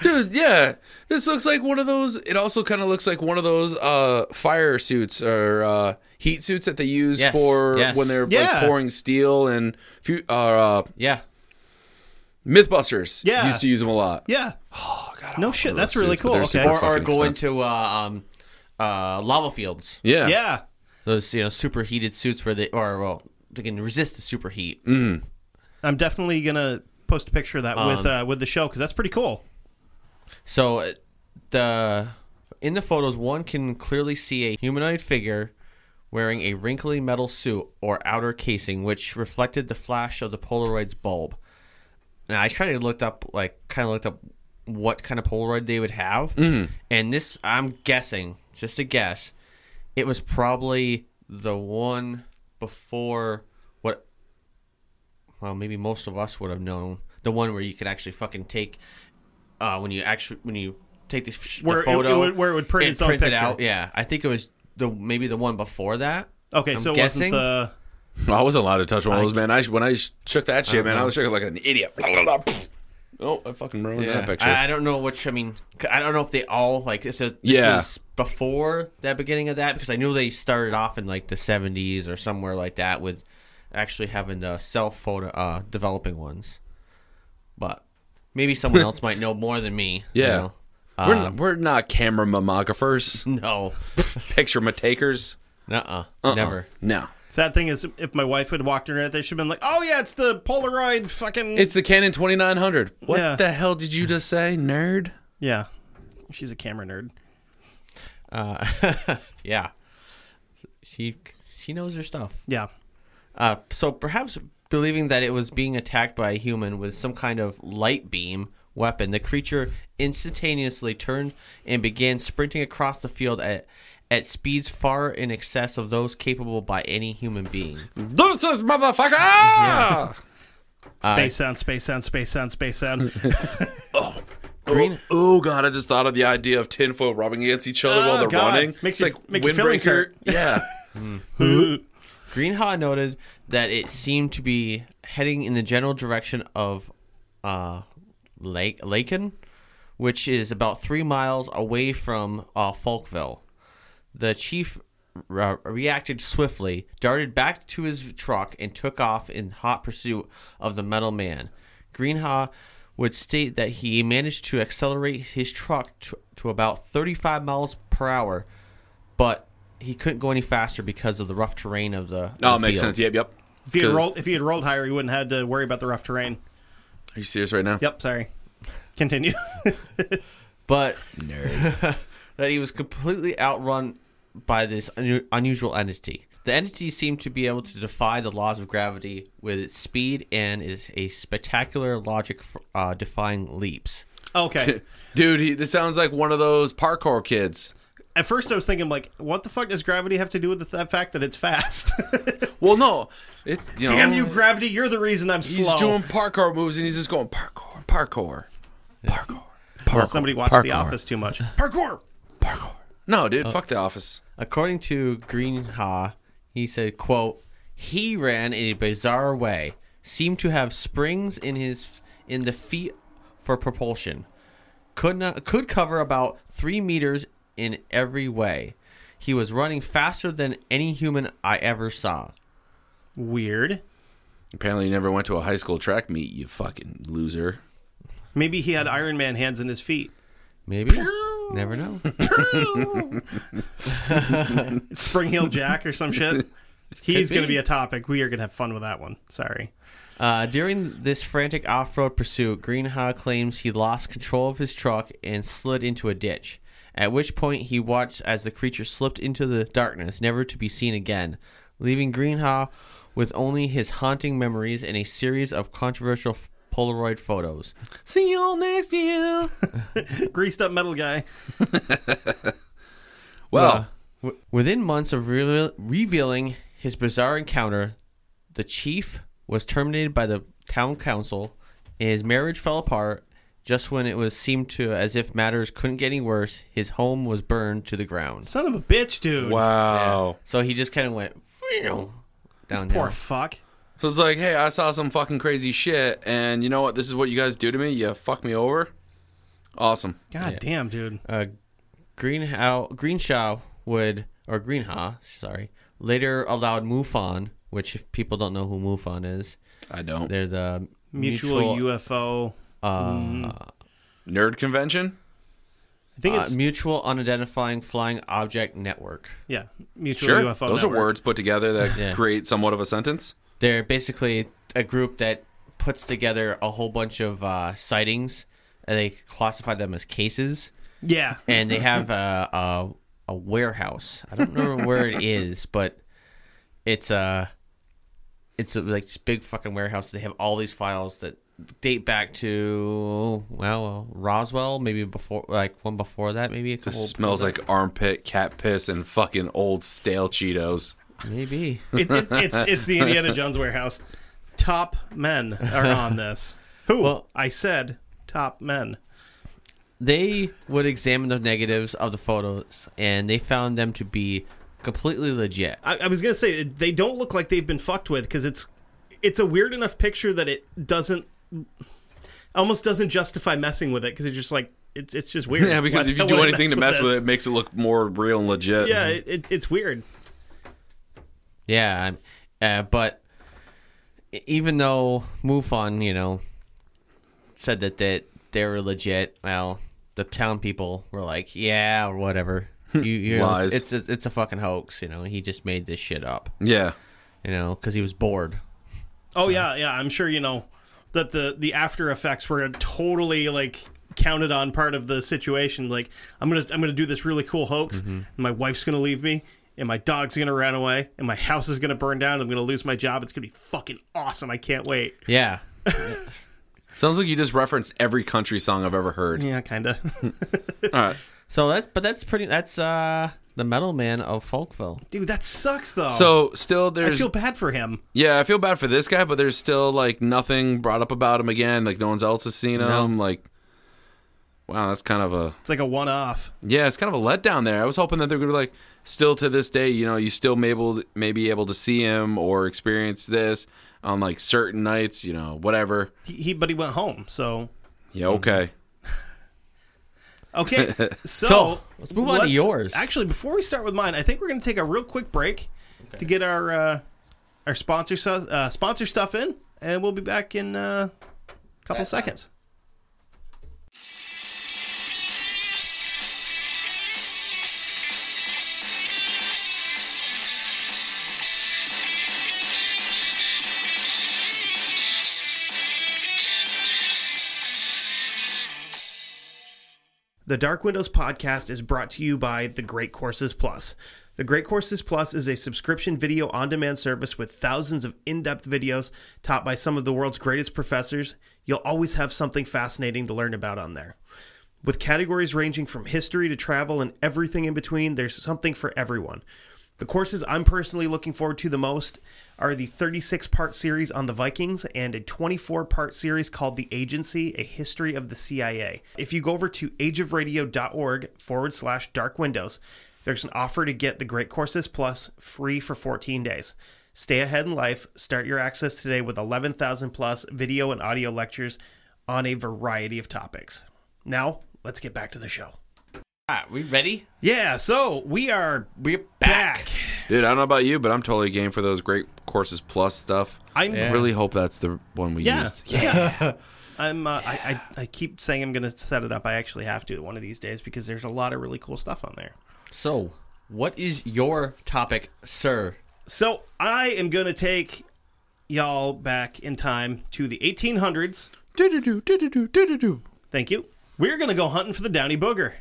Dude, yeah. This looks like one of those. It also kind of looks like one of those uh, fire suits or uh, heat suits that they use
Yes,
for
yes.
when they're
Yeah.
like, pouring steel and fu- uh, uh,
yeah.
Mythbusters
Yeah.
used to use them a lot.
Yeah.
Oh, God, I
No
want
shit,
one of
that's
those
really
suits, but
cool,
they're
okay.
super
Or, or
fucking
go
expensive.
into uh, um, uh, lava fields.
yeah,
Yeah.
Those you know superheated suits where they or well they can resist the superheat.
I'm definitely gonna post a picture of that
Um,
with uh, with the show because that's pretty cool.
So uh, the in the photos, one can clearly see a humanoid figure wearing a wrinkly metal suit or outer casing, which reflected the flash of the Polaroid's bulb. Now I tried to look up, like, kind of looked up what kind of Polaroid they would have,
Mm-hmm.
and this I'm guessing, just a guess, it was probably the one before what well, maybe most of us would have known the one where you could actually fucking take uh, when you actually when you take the, sh- the
Where it-
photo
it would- where it would print
and
its own
it
picture.
out. Yeah, I think it was the maybe the one before that.
Okay,
I'm
so
guessing.
it wasn't the
I wasn't allowed to touch one of those, man. I when I sh- shook that shit, man, I
know.
was shaking like an idiot. oh, I fucking ruined
Yeah.
that picture.
I, I don't know which. I mean, c- I don't know if they all like if it- this
Yeah.
was before that beginning of that because I knew they started off in like the seventies or somewhere like that with actually having the self photo uh, developing ones, but maybe
(laughs)
someone else might know more than me. you
Yeah.
know?
we're, not, we're not camera (laughs) mammographers,
No.
picture takers.
Nuh-uh.
Uh-uh.
Never.
Oh, No,
sad thing is if my wife had walked in there, they should have been like, "Oh yeah, it's the Polaroid fucking
it's the Canon 2900. What
Yeah.
the hell did you just say, nerd?
yeah." She's a camera nerd.
Yeah. She she knows her stuff.
Yeah,
Uh, so perhaps believing that it was being attacked by a human with some kind of light beam weapon, the creature instantaneously turned and began sprinting across the field at at speeds far in excess of those capable by any human being.
Deuces, motherfucker!
Space sound, space sound, space sound, space
(laughs)
sound.
Green. Oh, god, I just thought of the idea of tinfoil rubbing against each other while
Oh,
they're
God.
running.
Makes
it's
your-
like
make your feelings
windbreaker.
hurt.
(laughs)
(laughs)
Yeah. Hmm.
Greenhaw noted that it seemed to be heading in the general direction of uh, Lake Laken, which is about three miles away from uh, Falkville. The chief re- reacted swiftly, darted back to his truck, and took off in hot pursuit of the metal man. Greenhaw would state that he managed to accelerate his truck to, to about 35 miles per hour, but he couldn't go any faster because of the rough terrain of the.
Oh,
the
makes
field.
sense. Yep, yep.
If he had
Good.
rolled, if he had rolled higher, he wouldn't have had to worry about the rough terrain.
Are you serious right now?
Yep, sorry. Continue. (laughs)
But
Nerd.
that he was completely outrun by this unu- unusual entity. The entity seemed to be able to defy the laws of gravity with its speed and is a spectacular logic f- uh, defying leaps.
(laughs)
okay.
Dude, he, this sounds like one of those parkour kids.
At first, I was thinking like, what the fuck does gravity have to do with the th- fact that it's fast? (laughs)
Well, no. It, you know,
Damn you, gravity! You're the reason I'm
Oh. He's
slow.
doing parkour moves and he's just going parkour, parkour, parkour, parkour.
Somebody watched The
parkour,
Office too
(laughs)
much.
Parkour, parkour. No, dude, fuck The Office.
According to Greenha, he said, quote, he ran in a bizarre way, seemed to have springs in his in the feet for propulsion. Could not could cover about three meters in every way. He was running faster than any human I ever saw.
Weird.
Apparently, you never went to a high school track meet, you fucking loser.
Maybe he had Iron Man hands in his feet.
Maybe. Never know.
Spring Heel Jack or some shit.
(laughs)
He's
Could
going to
be.
be a topic. We are going to have fun with that one. Sorry.
Uh, during this frantic off-road pursuit, Greenhaw claims he lost control of his truck and slid into a ditch. At which point, he watched as the creature slipped into the darkness, never to be seen again, leaving Greenhaw with only his haunting memories and a series of controversial f- Polaroid photos.
See you all next year.
Greased up metal guy. Oh.
Well,
Uh, W- within months of reveal revealing his bizarre encounter, the chief was terminated by the town council. and His marriage fell apart. Just when it was seemed to as if matters couldn't get any worse, his home was burned to the ground.
Son of a bitch, dude.
wow.
So he just kind of went down.
Poor fuck.
So it's like, hey, I saw some fucking crazy shit, and you know what? This is what you guys do to me. You fuck me over. Awesome.
God damn, dude.
uh, Greenhow Greenshaw would or Greenhaw, sorry, later allowed MUFON, which if people don't know who MUFON is,
I don't.
they're the
Mutual, UFO.
Nerd convention.
I think
Uh,
it's Mutual.
Mutual Unidentifying Flying Object Network.
Yeah. Mutual
Sure.
UFO.
Those
network.
are words put together that
Yeah.
create somewhat of a sentence.
They're basically a group that puts together a whole bunch of uh, sightings, and they classify them as cases.
Yeah.
And they have a, a a warehouse. I don't remember where it is, but it's a it's a, like this big fucking warehouse. They have all these files that date back to well Roswell, maybe before like one before that, maybe a couple.
This smells like armpit, cat piss, and fucking old stale Cheetos.
maybe.
It, it's it's, it's the Indiana Jones warehouse. Top men are on this. Who?
Well-
I said top men.
they would examine the negatives of the photos and they found them to be completely legit.
I, I was gonna say they don't look like they've been fucked with because it's it's a weird enough picture that it doesn't almost doesn't justify messing with it because it's just like it's it's just weird.
Yeah, because
Why the
if
(laughs)
you
hell
do
would I
anything to mess with mm-hmm. it,
this?
it makes it look more real and legit.
yeah, it, it, it's weird.
Yeah, I'm- uh, but e- even though MUFON, you know, said that that they were legit, well, the town people were like, yeah, or whatever. You, you know,
Lies.
it's, it's, it's, a fucking hoax, you know. He just made this shit up,
Yeah.
you know, because he was bored.
Oh yeah, yeah. I'm sure you know that the the after effects were a totally like counted on part of the situation. Like I'm gonna I'm gonna do this really cool hoax.
Mm-hmm.
And my wife's gonna leave me, and my dog's gonna run away, and my house is gonna burn down. I'm gonna lose my job. It's gonna be fucking awesome. I can't wait.
Yeah.
Sounds like you just referenced every country song I've ever heard.
Yeah, kinda. (laughs)
All right.
So that's, but that's pretty, that's, uh, the metal man of Folkville.
Dude, that sucks though.
So still,
I
there's
feel bad for him.
yeah, I feel bad for this guy, but there's still like nothing brought up about him again. Like no one's else has seen him. Like, wow, that's kind of a
It's like a one off.
yeah, it's kind of a letdown there. I was hoping that they were gonna be like still to this day, you know, you still may able may be able to see him or experience this on like certain nights, you know, whatever.
He, he but he went home. So
Yeah, okay.
okay. So,
(laughs) So, let's move on to yours.
Actually, before we start with mine, I think we're going to take a real quick break to get our uh, our sponsor su- uh, sponsor stuff in, and we'll be back in uh, a couple seconds. The Dark Windows podcast is brought to you by The Great Courses Plus. The Great Courses Plus is a subscription video on demand service with thousands of in depth videos taught by some of the world's greatest professors. You'll always have something fascinating to learn about on there. With categories ranging from history to travel and everything in between, there's something for everyone. The courses I'm personally looking forward to the most are the 36 part series on the Vikings and a 24 part series called The Agency A History of the CIA. If you go over to ageofradio.org forward slash dark windows, there's an offer to get the Great Courses Plus free for 14 days. Stay ahead in life. Start your access today with 11,000 plus video and audio lectures on a variety of topics. Now, let's get back to the show.
All right, we ready?
Yeah, so we are we're back.
Dude, I don't know about you, but I'm totally game for those great courses plus stuff.
I'm
I really hope that's the one we
yeah,
used.
yeah. I'm uh, I, I I keep saying I'm gonna set it up. I actually have to one of these days because there's a lot of really cool stuff on there.
So, what is your topic, sir?
So I am gonna take y'all back in time to the 1800s.
Do-do-do, do-do-do, do-do-do.
Thank you. We're gonna go hunting for the downy booger.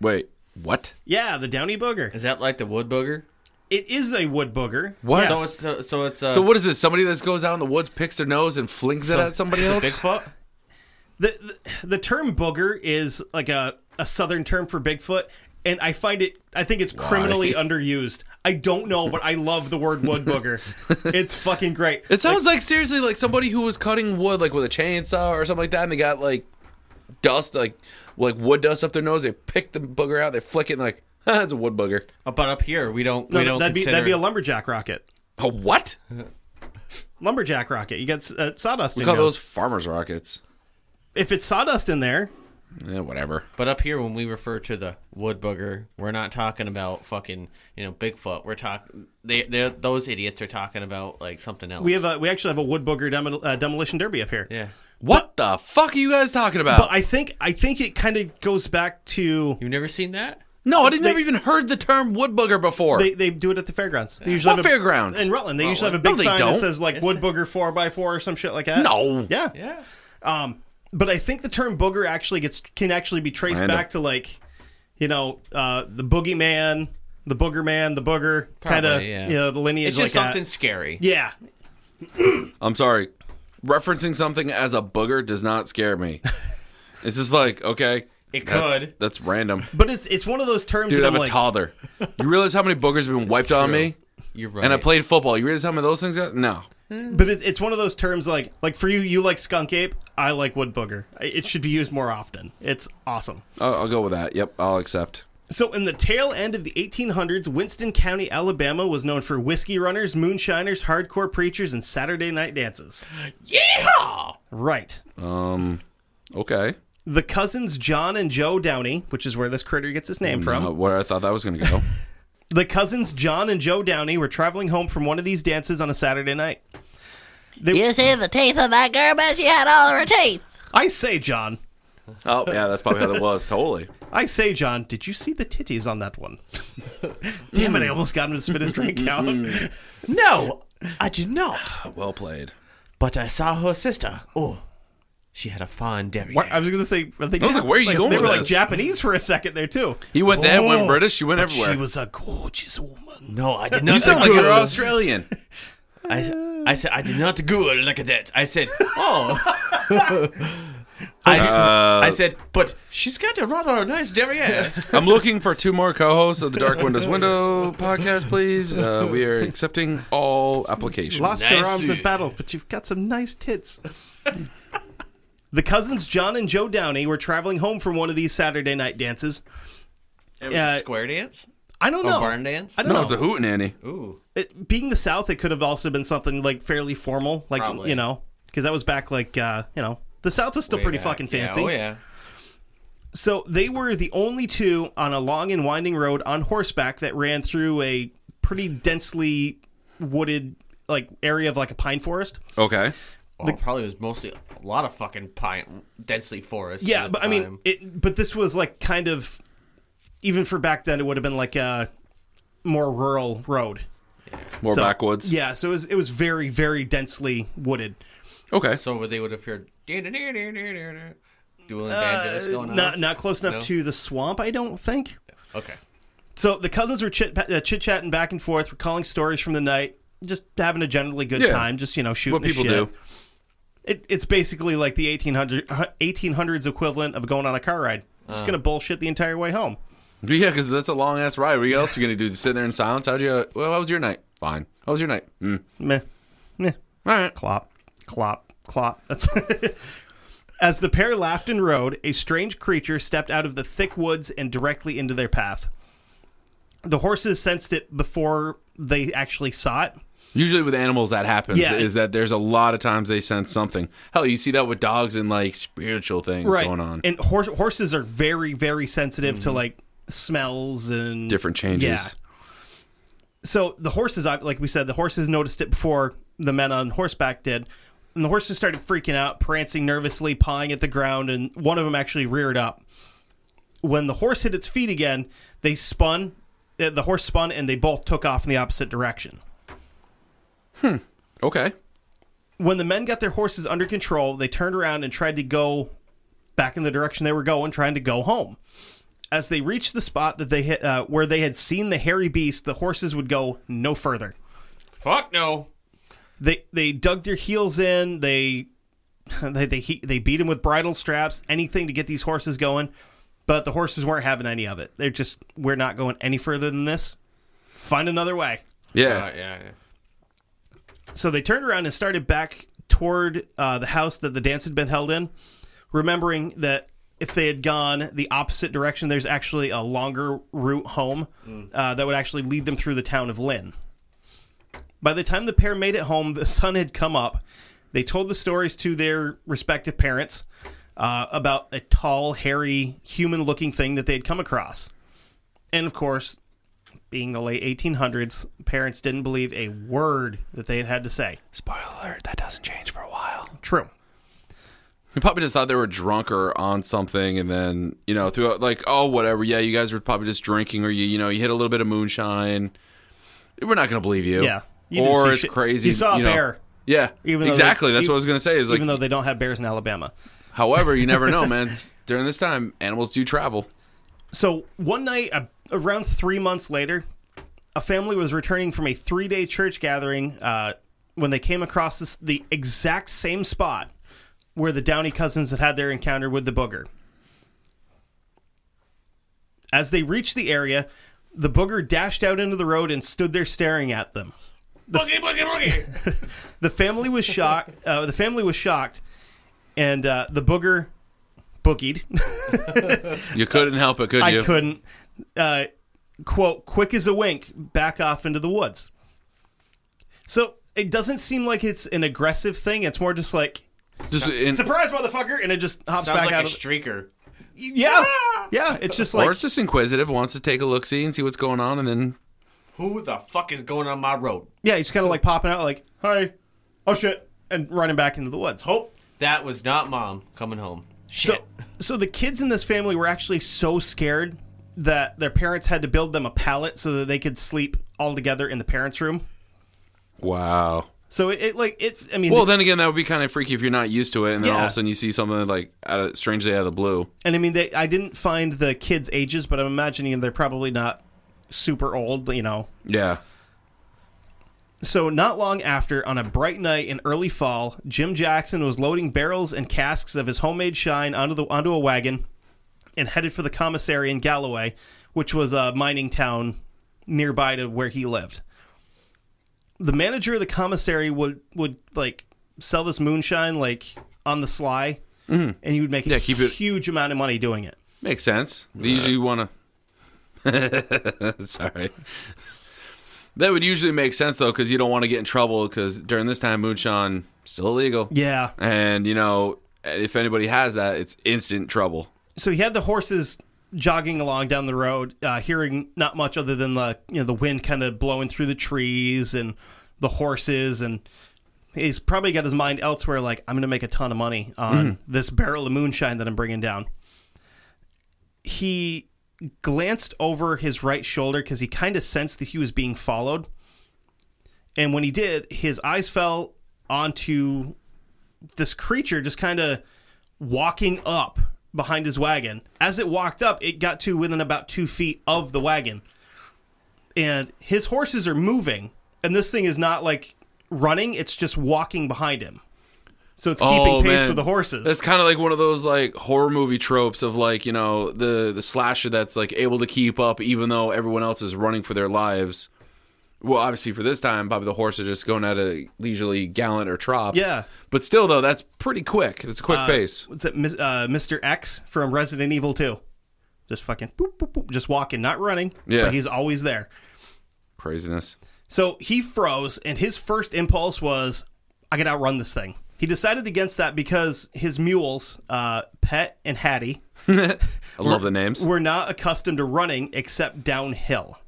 Wait, what?
Yeah, the downy booger.
Is that like the wood booger?
It is a wood booger.
What?
Yes.
So it's so, so it's uh,
So what is this? Somebody that goes out in the woods, picks their nose, and flings it at somebody
is it
else?
Bigfoot.
the, the the term booger is like a, a southern term for Bigfoot, and I find it I think it's criminally underused. I don't know, but I love the word wood
(laughs)
booger. it's fucking great.
It sounds like, seriously like somebody who was cutting wood like with a chainsaw or something like that, and they got like dust, like like wood dust up their nose. They pick the booger out, they flick it, and like (laughs) ah, that's a wood booger.
Uh, But up here we don't
No,
we don't
that'd be
consider
that'd be a lumberjack rocket.
A what?
Lumberjack rocket. You got uh, sawdust
We
in
call
yours.
those farmers rockets.
If it's sawdust in there,
Yeah, whatever.
But up here, when we refer to the wood booger, we're not talking about fucking you know Bigfoot. We're talking they they those idiots are talking about like something else.
we have a we actually have a wood booger demo, uh, demolition derby up here.
yeah.
What the fuck are you guys talking about?
But I think I think it kind of goes back to
You've never seen that?
no, I didn't never even heard the term wood booger before.
they, they do it at the fairgrounds. They usually
What
have a,
fairgrounds?
in Rutland. They usually have a
no,
big
they
sign
don't.
that says like wood booger four x four or some shit like (laughs) that.
no.
Yeah.
Yeah.
Um, but I think the term booger actually gets can actually be traced
Random.
back to like, you know, uh, the boogeyman, the booger man, the booger kind of,
Probably, yeah.
you know, the lineage
It's just
like
something
that.
scary.
Yeah,
I'm sorry. Referencing something as a booger does not scare me. it's just like, okay.
It
that's-
could.
That's random.
but it's it's one of those terms
Dude,
that
I'm
I'm
a
like,
toddler. You realize how many boogers have been wiped on
true.
me?
You're right.
And I played football. You realize how many of those things got? No.
but it's it's one of those terms like like for you, you like skunk ape, I like wood booger. I- It should be used more often. It's awesome.
I'll, I'll go with that. Yep, I'll accept.
So, in the tail end of the 1800s, Winston County, Alabama was known for whiskey runners, moonshiners, hardcore preachers, and Saturday night dances.
Yeah.
Right.
Okay.
the cousins John and Joe Downey, which is where this critter gets his name from.
Uh, where I thought that was going to go.
The cousins John and Joe Downey were traveling home from one of these dances on a Saturday night.
You see the teeth of my girl, she had all her teeth.
I say, John.
oh, yeah, that's probably how that was. Totally.
I say, John, did you see the titties on that one? (laughs) Damn it, I almost got him to spit his
(laughs)
drink out.
(laughs) No, I did not.
(laughs) Well played.
But I saw her sister. Oh, she had a fine dairy.
What- I was going to say, I, think
I was like, where are you going
They
with
were like
this?
Japanese for a second there, too.
He went there, went British, He went
But
everywhere.
She was a gorgeous woman.
No, I did not.
you sound like you're Australian.
I, I said I did not go like that. I said, oh, I, I said, but she's got a rather nice derriere.
I'm looking for two more co-hosts of the Dark
(laughs)
Windows Window podcast, please. Uh, we are accepting all applications.
Lost your
Nice.
arms in battle, but you've got some nice tits. (laughs) the cousins John and Joe Downey were traveling home from one of these Saturday night dances.
It was a
Uh,
square dance?
I don't
A
know.
barn dance?
Oh, I don't
no,
know.
it's a hootenanny.
Ooh.
It- being the South, it could have also been something like fairly formal, like
Probably.
you know, because that was back like uh, you know, the South was still
Way
pretty
back.
fucking fancy.
Yeah, oh, yeah.
So they were the only two on a long and winding road on horseback that ran through a pretty densely wooded like area of like a pine forest.
Okay.
Well, probably was mostly a lot of fucking pine, densely forest.
Yeah,
at the
but I mean,
time.
it, but this was like kind of even for back then, it would have been like a more rural road.
More
So-
backwoods.
Yeah, so it was it was very very densely wooded.
Okay.
so they would have heard dueling
Uh,
banjos going on.
Not not close enough
No.
to the swamp, I don't think.
Okay.
So the cousins were chit uh, chit chatting back and forth, recalling stories from the night, just having a generally good
Yeah.
time, just you know shooting
what
the
people
shit.
do.
It, it's basically like the 1800, 1800s equivalent of going on a car ride.
Uh.
Just gonna bullshit the entire way home.
Yeah, because that's a long ass ride. What else are you gonna do? Just sit there in silence? How'd you? Well, how was your night? Fine. How was your night? Mm.
Meh, meh.
All right.
clop, clop, clop. That's (laughs) as the pair laughed and rode, a strange creature stepped out of the thick woods and directly into their path. The horses sensed it before they actually saw it.
Usually with animals, that happens.
Yeah.
Is that there's a lot of times they sense something. Hell, you see that with dogs and like spiritual things going on. Mm-hmm.
And hor- horses are very, very sensitive to like smells and
Different changes.
Yeah. So the horses, ob- like we said, the horses noticed it before the men on horseback did. And the horses started freaking out, prancing nervously, pawing at the ground, and one of them actually reared up. When the horse hit its feet again, they spun, uh, the horse spun, and they both took off in the opposite direction.
Okay.
when the men got their horses under control, they turned around and tried to go back in the direction they were going, trying to go home. As they reached the spot that they hit, uh, where they had seen the hairy beast, the horses would go no further.
Fuck no.
They they dug their heels in. They (laughs) they they, he- they beat him with bridle straps, anything to get these horses going. But the horses weren't having any of it. They're just we're not going any further than this. Find another way.
Yeah.
Uh, yeah, yeah.
So they turned around and started back toward uh, the house that the dance had been held in, remembering that if they had gone the opposite direction, there's actually a longer route home uh, that would actually lead them through the town of Lynn. By the time the pair made it home, the sun had come up. They told the stories to their respective parents uh, about a tall, hairy, human looking thing that they had come across. And of course, being the late 1800s, parents didn't believe a word that they had had to say.
Spoiler alert: that doesn't change for a while.
True.
We probably just thought they were drunk or on something, and then you know, throughout like, oh, whatever. Yeah, you guys were probably just drinking, or you, you know, you hit a little bit of moonshine. We're not gonna believe you.
Yeah. You didn't
or
see
it's
shit.
crazy.
You saw a
know.
bear.
Yeah.
Even though
exactly.
they-
That's
e-
what I was gonna say. Is like,
Even though they don't have bears in Alabama.
however, you never
(laughs)
know, man. It's- during this time, animals do travel.
So one night, a around three months later, a family was returning from a three day church gathering uh, when they came across this, the exact same spot where the Downey cousins had had their encounter with the booger. As they reached the area, the booger dashed out into the road and stood there staring at them.
Boogie, boogie, boogie.
(laughs) The family was shocked. Uh, the family was shocked, and uh, the booger boogied. (laughs)
You couldn't help it, could
I
you?
couldn't. Uh, quote, quick as a wink, back off into the woods. So it doesn't seem like it's an aggressive thing. It's more just like
Just in,
surprise, motherfucker, and it just hops
Sounds
back
like
out.
a
of
streaker.
yeah, yeah. It's just
or
like
it's just inquisitive, wants to take a look, see, and see what's going on, and then
Who the fuck is going on my road?
yeah, he's kind of like popping out, like hi, oh shit, and running back into the woods.
Hope that was not mom coming home. Oh, Shit.
So, so the kids in this family were actually so scared that their parents had to build them a pallet so that they could sleep all together in the parents' room.
wow.
So it, it like it. I mean,
Well, then again, that would be kind of freaky if you're not used to it, and then all
Yeah.
of a sudden you see something like out of, strangely out of the blue.
and I mean, they, I didn't find the kids' ages, but I'm imagining they're probably not super old. You know,
Yeah.
So, not long after, on a bright night in early fall, Jim Jackson was loading barrels and casks of his homemade shine onto, the, onto a wagon and headed for the commissary in Galloway, which was a mining town nearby to where he lived. The manager of the commissary would, would like sell this moonshine like on the sly, and he would make a
Mm-hmm. Yeah, keep it-
huge amount of money doing it.
Makes sense. They usually want to. (laughs) Sorry. That would usually make sense though, because you don't want to get in trouble. Because during this time, moonshine still illegal.
Yeah.
And you know, if anybody has that, it's instant trouble.
so he had the horses jogging along down the road, uh, hearing not much other than the you know the wind kind of blowing through the trees and the horses, and he's probably got his mind elsewhere. Like I'm going to make a ton of money on this barrel of moonshine that I'm bringing down. He glanced over his right shoulder because he kind of sensed that he was being followed, and when he did, his eyes fell onto this creature just kind of walking up behind his wagon. As it walked up, it got to within about two feet of the wagon. And his horses are moving, and this thing is not like running, it's just walking behind him. So it's keeping
Oh,
pace
man.
with the horses.
That's kind of like one of those like horror movie tropes of like you know the the slasher that's like able to keep up even though everyone else is running for their lives. Well, obviously for this time, probably the horse are just going at a leisurely gallant or trot.
Yeah. Uh,
But still though, that's pretty quick. It's a quick pace.
What's that, Mis- uh, Mr. X from Resident Evil 2? Just fucking boop, boop, boop, just walking, not running.
Yeah.
But he's always there.
Craziness.
So he froze, and his first impulse was, I can outrun this thing. He decided against that because his mules, uh, Pet and Hattie,
I love the names.
were not accustomed to running except downhill.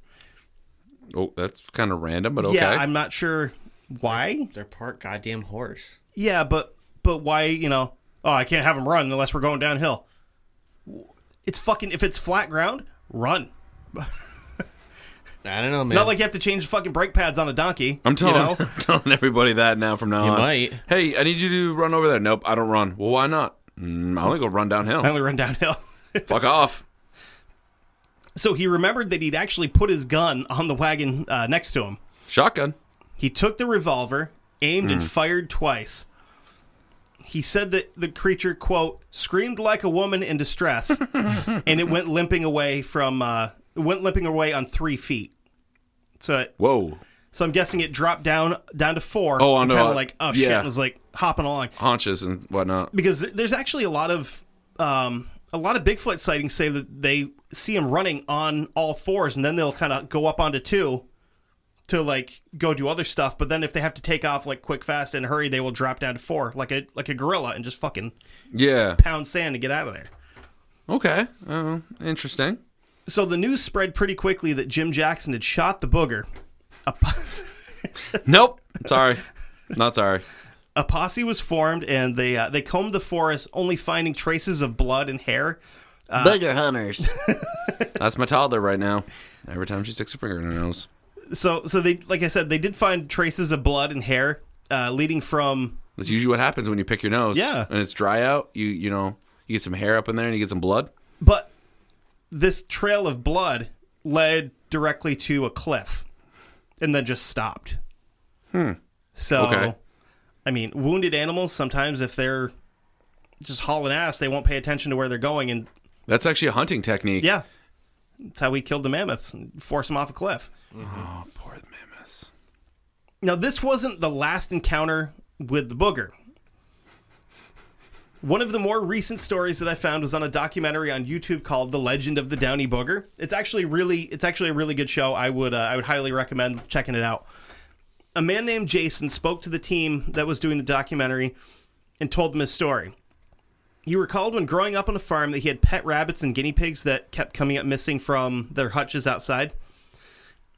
Oh, that's kind of random, but okay.
Yeah, I'm not sure why.
They're part goddamn horse.
Yeah, but but why, you know, oh, I can't have him run unless we're going downhill. It's fucking, if it's flat ground, run.
I don't know, man.
Not like you have to change the fucking brake pads on a donkey.
I'm telling,
you (laughs) know?
I'm (laughs) telling everybody that now from now
You
on.
might.
Hey, I need you to run over there. Nope, I don't run. Well, why not? Mm, I only go run
I
downhill.
only run downhill. (laughs)
Fuck off.
so he remembered that he'd actually put his gun on the wagon uh, next to him.
Shotgun.
He took the revolver, aimed,
Hmm.
and fired twice. He said that the creature, quote, screamed like a woman in
(laughs)
distress, and it went limping away from, uh, it went limping away on three feet. So, it,
Whoa.
so I'm guessing it dropped down down to four.
Oh, I know.
Kind of like, oh shit,
Yeah.
and was like hopping along
Haunches and whatnot.
because there's actually a lot of um, a lot of Bigfoot sightings say that they see him running on all fours and then they'll kind of go up onto two to like go do other stuff. But then if they have to take off like quick, fast, and hurry, they will drop down to four like a like a gorilla and just fucking
Yeah.
pound sand to get out of there.
Okay. Uh, interesting.
So the news spread pretty quickly that Jim Jackson had shot the booger.
Nope. Sorry. Not
(laughs)
sorry.
A posse was formed and they uh, they combed the forest, only finding traces of blood and hair. Uh,
Booger hunters.
(laughs)
That's my toddler right now. Every time she sticks a finger in her nose.
So so they like I said they did find traces of blood and hair uh, leading from
That's usually what happens when you pick your nose.
Yeah.
And it's dry out. You you know you get some hair up in there and you get some blood.
But this trail of blood led directly to a cliff and then just stopped. Hmm. So,
Okay.
I mean, wounded animals sometimes, if they're just hauling ass, they won't pay attention to where they're going. And
That's actually a hunting technique.
yeah, that's how we killed the mammoths and forced them off a cliff.
Mm-hmm. Oh, Poor mammoths.
Now, this wasn't the last encounter with the booger. One of the more recent stories that I found was on a documentary on YouTube called "The Legend of the Downy Booger." It's actually really, it's actually a really good show. I would, uh, I would highly recommend checking it out. A man named Jason spoke to the team that was doing the documentary and told them his story. He recalled when growing up on a farm that he had pet rabbits and guinea pigs that kept coming up missing from their hutches outside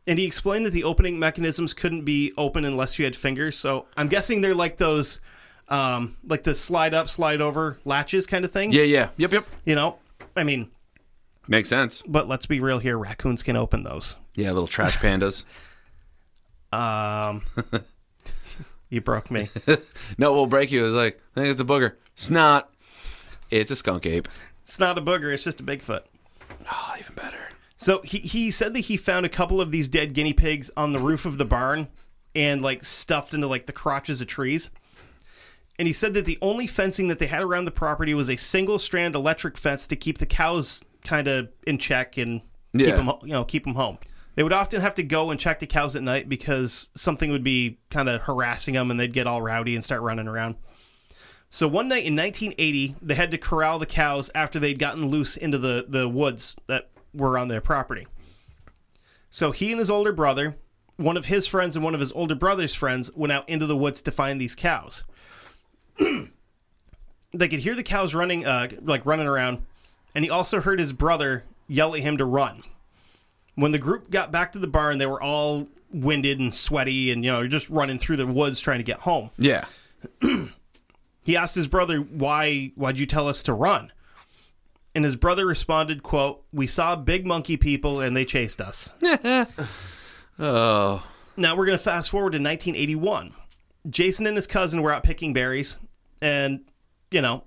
and he explained that the opening mechanisms couldn't be open unless you had fingers. So I'm guessing they're like those, um, like the slide up, slide over latches kind of thing.
Yeah. Yeah. Yep. Yep.
You know, I mean,
Makes sense.
but let's be real here. Raccoons can open those.
Yeah, little trash pandas.
Um, (laughs) you broke me.
(laughs) no, we'll break you. It's like, I think it's a booger. It's not. It's a skunk ape.
It's not a booger. It's just a Bigfoot.
Oh, even better.
So he, he said that he found a couple of these dead guinea pigs on the roof of the barn and like stuffed into like the crotches of trees. And he said that the only fencing that they had around the property was a single strand electric fence to keep the cows kind of in check and keep
Yeah.
them, you know, keep them home. They would often have to go and check the cows at night because something would be kind of harassing them and they'd get all rowdy and start running around. So one night in 1980, they had to corral the cows after they'd gotten loose into the, the woods that were on their property. So he and his older brother, one of his friends, and one of his older brother's friends went out into the woods to find these cows. (clears throat) they could hear the cows running, uh, like running around, and he also heard his brother yell at him to run. When the group got back to the barn, they were all winded and sweaty, and you know, just running through the woods trying to get home
Yeah.
he asked his brother why why'd you tell us to run and his brother responded quote we saw big monkey people and they chased
(laughs)
us
Oh.
now we're going to fast forward to 1981 jason and his cousin were out picking berries and you know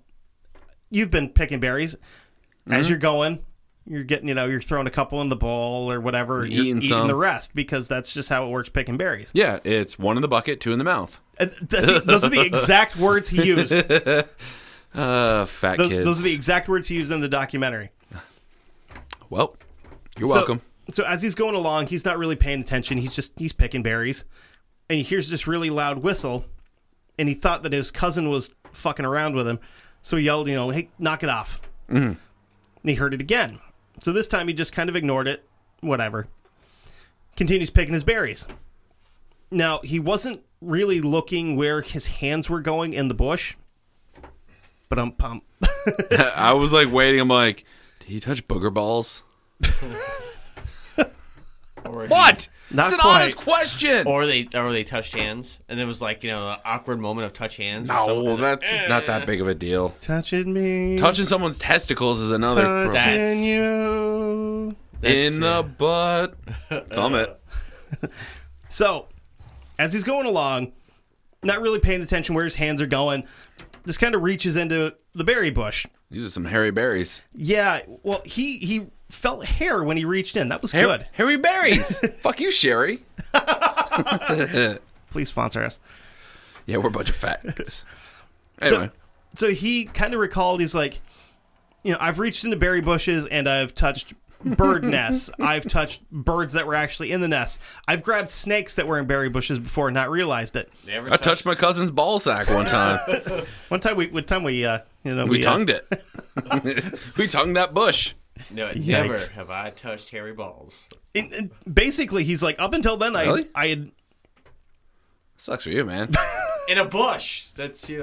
you've been picking berries
Mm-hmm.
as you're going you're getting you know you're throwing a couple in the bowl or whatever you're
eating some.
the rest because that's just how it works picking berries
Yeah, it's one in the bucket, two in the mouth.
And that's- (laughs) those are the exact words he used
Uh, fat
those,
kids.
those are the exact words he used in the documentary
well, you're
So-
welcome. (laughs)
So as he's going along, he's not really paying attention. He's just he's picking berries, and he hears this really loud whistle, and he thought that his cousin was fucking around with him, so he yelled, you know, hey, knock it off. And he heard it again. So this time he just kind of ignored it, whatever. Continues picking his berries. Now he wasn't really looking where his hands were going in the bush, but I'm pump.
I was like waiting. I'm like, did he touch booger balls? what?
Not
That's an
quite.
honest question.
Or they or they touched hands, and it was like you know an awkward moment of touch hands. or something.
no, that's not that big of a deal.
Touching me,
Touching someone's testicles is another. pro-
touching you.
That's,
in
uh,
the butt.
(laughs)
Thumb it.
So, as he's going along, not really paying attention where his hands are going, just kind of reaches into the berry bush.
These are some hairy berries.
Yeah, well, he he felt hair when he reached in. That was good. (laughs)
Hairy berries. Fuck you, Sherry.
Please sponsor us.
Yeah, we're a bunch of fats. Anyway,
So he kind of recalled he's like, you know, I've reached into berry bushes and I've touched bird
(laughs)
nests. I've touched birds that were actually in the nest. I've grabbed snakes that were in berry bushes before and not realized it.
they ever
I touched my cousin's ball sack one time.
One time we, one time we, uh, you know,
We
uh, (laughs)
tongued it. we tongued that bush.
No, never
Yikes.
have I touched hairy balls.
and- and basically, he's like, up until then,
Really?
I, I had
Sucks for you, man.
In a bush. That's you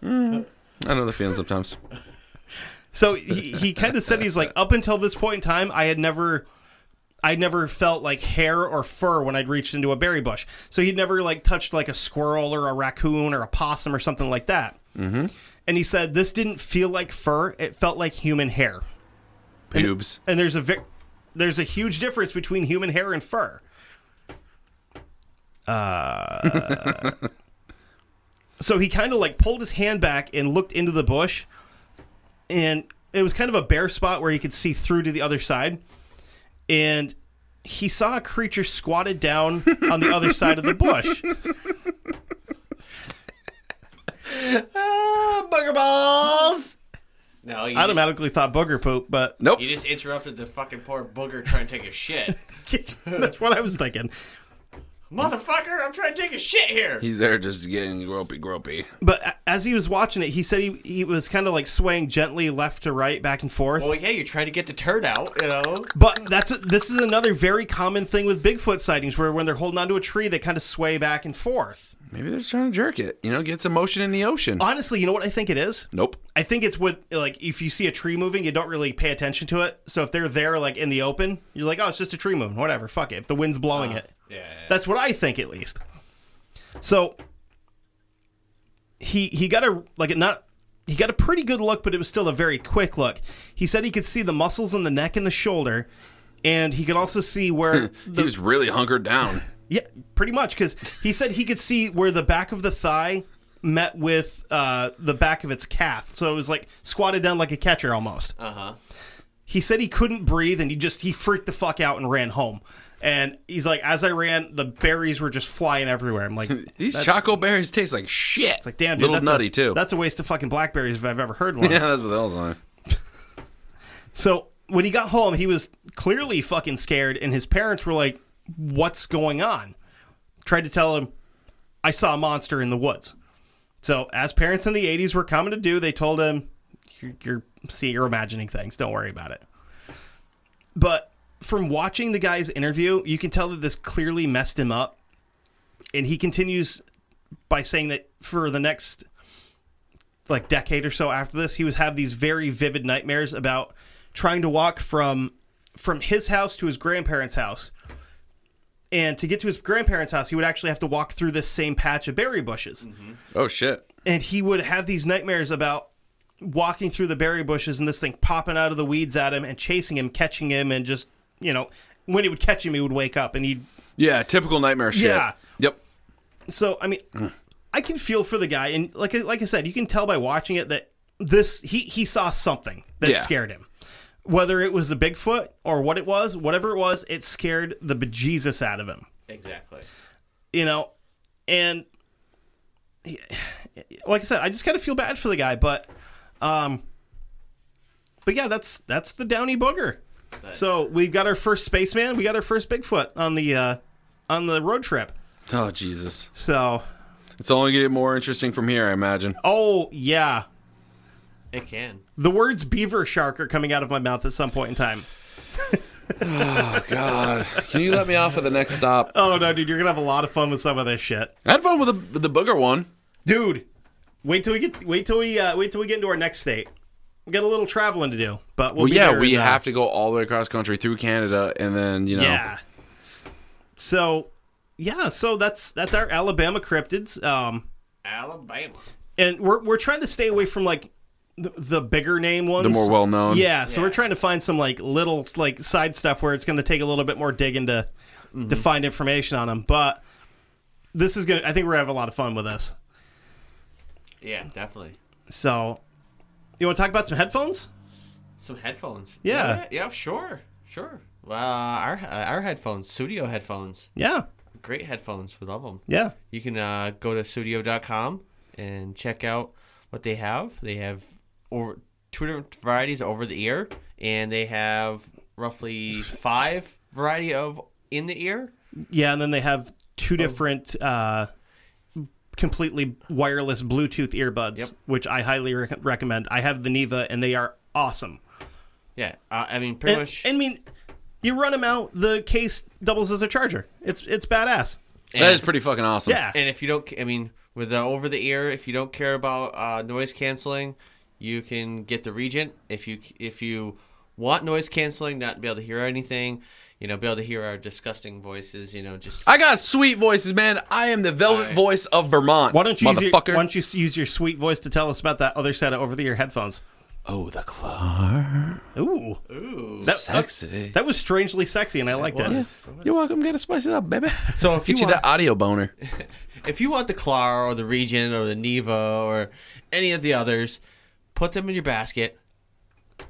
know.
I know the feeling sometimes.
So he, he kind of said he's like up until this point in time, I had never, I never felt like hair or fur when I'd reached into a berry bush. So he'd never like touched like a squirrel or a raccoon or a possum or something like that. Mm-hmm. And he said this didn't feel like fur; it felt like human hair.
Pubes.
And there's a ve- there's a huge difference between human hair and fur. Uh, (laughs) so he kind of like pulled his hand back and looked into the bush, and it was kind of a bare spot where he could see through to the other side, and he saw a creature squatted down on the other side of the bush.
booger balls.
No, you
I
just,
automatically thought booger poop, but (laughs)
Nope.
you just interrupted the fucking poor booger trying to take a shit.
that's what I was thinking.
Motherfucker, I'm trying to take a shit here.
He's there just getting gropey, gropey.
But a- as he was watching it, he said he, he was kind of like swaying gently left to right, back and forth.
Well, yeah, you're trying to get the turd out, you know.
But that's this is another very common thing with Bigfoot sightings, where when they're holding onto a tree, they kind of sway back and forth.
Maybe they're just trying to jerk it. You know, get some motion in the ocean.
Honestly, you know what I think it is?
nope.
I think it's with like if you see a tree moving, you don't really pay attention to it. So if they're there like in the open, you're like, oh, it's just a tree moving, whatever. Fuck it. If the wind's blowing it,
Uh, Yeah.
that's what I think at least. So he he got a like not he got a pretty good look, but it was still a very quick look. He said he could see the muscles in the neck and the shoulder, and he could also see where
he was really hunkered down.
Yeah, pretty much. Because he said he could see where the back of the thigh met
Uh-huh.
with uh, the back of its calf, so it was like squatted down like a catcher almost.
Uh huh.
He said he couldn't breathe and he just he freaked the fuck out and ran home. And he's like, as I ran, the berries were just flying everywhere. I'm
(laughs)
like, it's
These choco berries taste like shit. It's
like damn, dude,
little
that's
nutty
a,
too.
That's a waste of fucking blackberries if I've ever heard one.
(laughs) yeah, that's what that was on.
So when he got home, he was clearly fucking scared, and his parents were like, "What's going on?" Tried to tell him, "I saw a monster in the woods." So as parents in the '80s were common to do, they told him, "You're, you're see, you're imagining things. Don't worry about it." But from watching the guy's interview, you can tell that this clearly messed him up, and he continues by saying that for the next like decade or so after this, he was have these very vivid nightmares about trying to walk from from his house to his grandparents' house. And to get to his grandparents' house, he would actually have to walk through this same patch of berry bushes.
Oh shit.
And he would have these nightmares about walking through the berry bushes and this thing popping out of the weeds at him and chasing him, catching him, and just, you know, when he would catch him, he would wake up and he'd
Yeah, typical nightmare shit.
Yeah.
Yep.
so I mean, I can feel for the guy, and like like I said, you can tell by watching it that this he he saw something that
Yeah.
scared him. Whether it was the Bigfoot or what it was, whatever it was, it scared the bejesus out of him.
Exactly.
You know, and (sighs) he- like I said, I just kind of feel bad for the guy, but um, but yeah, that's that's the Downy Booger. So we've got our first spaceman, we got our first Bigfoot on the uh, on the road trip.
Oh Jesus.
So
It's only gonna get more interesting from here, I imagine.
oh (laughs) yeah,
It can.
The words beaver shark are coming out of my mouth at some point in time.
God, can you let me off at the next (laughs) stop?
Oh no, dude, you're gonna have a lot of fun with some of this shit,
I had fun with the, with the booger one.
dude. Wait till we get wait till we uh, wait till we get into our next state. We got a little traveling to do, but we'll
Well,
be
yeah,
there
we
in, uh,
have to go all the way across country through Canada, and then you know,
Yeah. So yeah, so that's that's our Alabama cryptids. Um,
Alabama.
and we're we're trying to stay away from like the, the bigger name ones,
the more well known.
Yeah, so we're
Yeah.
trying to find some like little like side stuff where it's going to take a little bit more digging to to
Mm-hmm.
find information on them. But this is gonna. I think we're gonna have a lot of fun with this.
Yeah, definitely.
So you want to talk about some headphones?
Some headphones.
Yeah.
Yeah, yeah, sure. Sure. Well, our uh, our headphones, studio headphones.
Yeah,
Great headphones. We love them.
yeah.
You can uh, go to studio.com and check out what they have. They have over two different varieties of over the ear, and they have roughly five variety of in the ear.
Yeah, and then they have
Oh.
two different uh, completely wireless Bluetooth earbuds,
Yep.
which I highly rec- recommend. I have the Neva, and they are awesome.
Yeah, uh, I mean, pretty
And,
much.
and I mean, you run them out, the case doubles as a charger. It's it's badass.
that is pretty fucking awesome.
Yeah,
And if you don't, I mean, with the over the ear, if you don't care about uh, noise canceling, you can get the Regent. If you if you want noise canceling, not be able to hear anything, you know, be able to hear our disgusting voices, you know, just
I got sweet voices, man. I am the velvet
Alright.
voice of Vermont.
Why don't you use your,
motherfucker?
why don't you s- use your sweet voice to tell us about that other set of over the ear headphones?
oh, the Clark.
Ooh, ooh, that,
Sexy.
That, that was strangely sexy, and I liked it.
You're welcome. Gotta spice it up, baby.
So if you
Get you
want-
that audio boner.
if you want the Clar or the Regent or the Neva or any of the others, put them in your basket.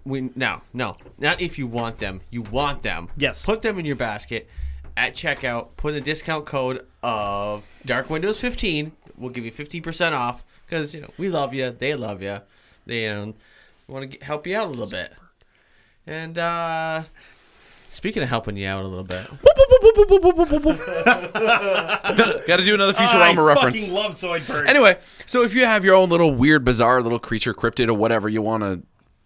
We no, no, not if you want them. You want them.
Yes.
Put them in your basket at checkout. Put in the discount code of Dark Windows 15. We'll give you 15% off because you know we love you. They love you. They um, want to help you out a little bit. And uh, speaking of helping you out a little bit,
gotta do another Futurama
I
reference.
fucking love Zoidberg.
Anyway, so if you have your own little weird, bizarre little creature, cryptid, or whatever you want to,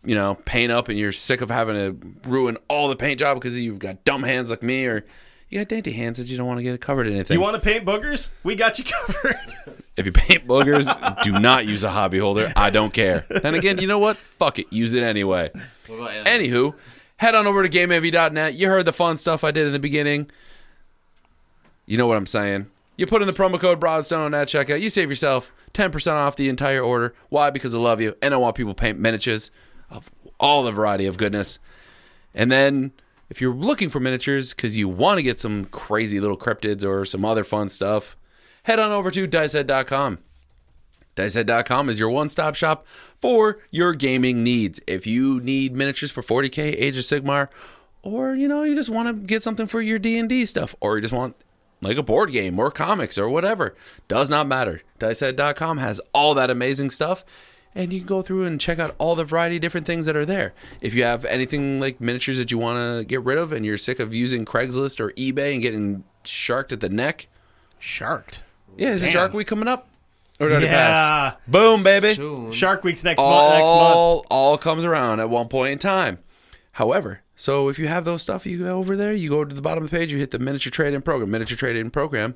you know, paint up, and you're sick of having to ruin all the paint job because you've got dumb hands like me, or you got dainty hands that you don't want to get covered in anything.
you want to paint boogers? We got you (laughs) covered.
if you paint boogers, do not use a hobby holder. I don't care. Then again, you know what? Fuck it. Use it anyway.
what about animals?
Anywho, head on over to GameEnvy.net. You heard the fun stuff I did in the beginning. You know what I'm saying. You put in the promo code Broadstone at checkout. You save yourself 10% off the entire order. Why? Because I love you and I want people to paint miniatures of all the variety of goodness. And then if you're looking for miniatures because you want to get some crazy little cryptids or some other fun stuff, head on over to dicehead.com. Dicehead.com is your one stop shop for your gaming needs. If you need miniatures for 40K, Age of Sigmar, or you know, you just want to get something for your D&D stuff, or you just want like a board game or comics or whatever, does not matter. Dicehead.com has all that amazing stuff. And you can go through and check out all the variety of different things that are there. If you have anything like miniatures that you want to get rid of and you're sick of using Craigslist or eBay and getting sharked at the neck,
Sharked.
yeah, is it Shark Week coming up? Or did it
Yeah.
pass? Boom, baby.
Soon.
Shark Week's next
all,
month. Next
Oh.
month.
all comes around at one point in time. However, so if you have those stuff, you go over there, you go to the bottom of the page, you hit the miniature trade in program. Miniature trade in program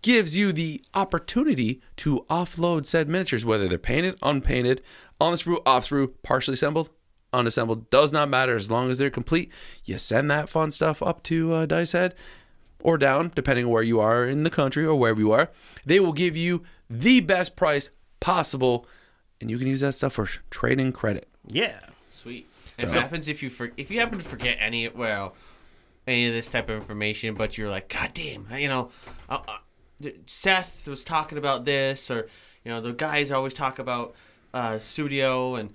gives you the opportunity to offload said miniatures, whether they're painted, unpainted, on the sprue, off sprue, partially assembled, unassembled, does not matter as long as they're complete. You send that fun stuff up to uh, Dice Head or down, depending on where you are in the country or wherever you are. They will give you the best price possible, and you can use that stuff for trading credit.
Yeah.
Sweet. It happens if you for, if you happen to forget any well any of this type of information, but you're like, God damn, you know, uh, uh, th- Seth was talking about this, or you know, the guys always talk about uh, studio and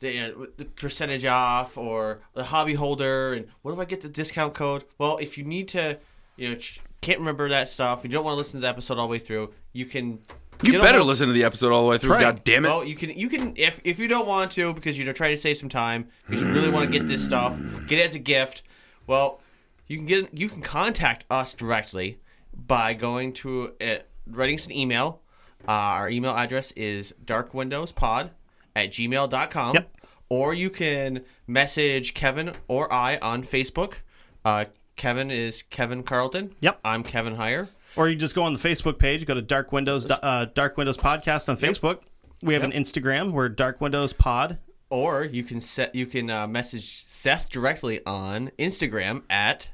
the, you know, the percentage off or the hobby holder, and what do I get the discount code? Well, if you need to, you know, ch- can't remember that stuff, you don't want to listen to the episode all the way through, you can.
You
get a
better
hold-
listen to the episode all the way through.
right.
God damn it!
well, you can you can if if you don't want to because you're trying to save some time because you really want to get this stuff, get it as a gift. Well, you can get you can contact us directly by going to uh, writing us an email. Uh, our email address is darkwindowspod at gmail.com.
Yep.
Or you can message Kevin or I on Facebook. Uh, Kevin is Kevin Carlton.
Yep.
I'm Kevin Heyer.
Or you just go on the Facebook page, go to Dark Windows uh, Dark Windows Podcast on Facebook. We have an Instagram. We're Dark Windows Pod.
or you can set you can uh, message Seth directly on Instagram at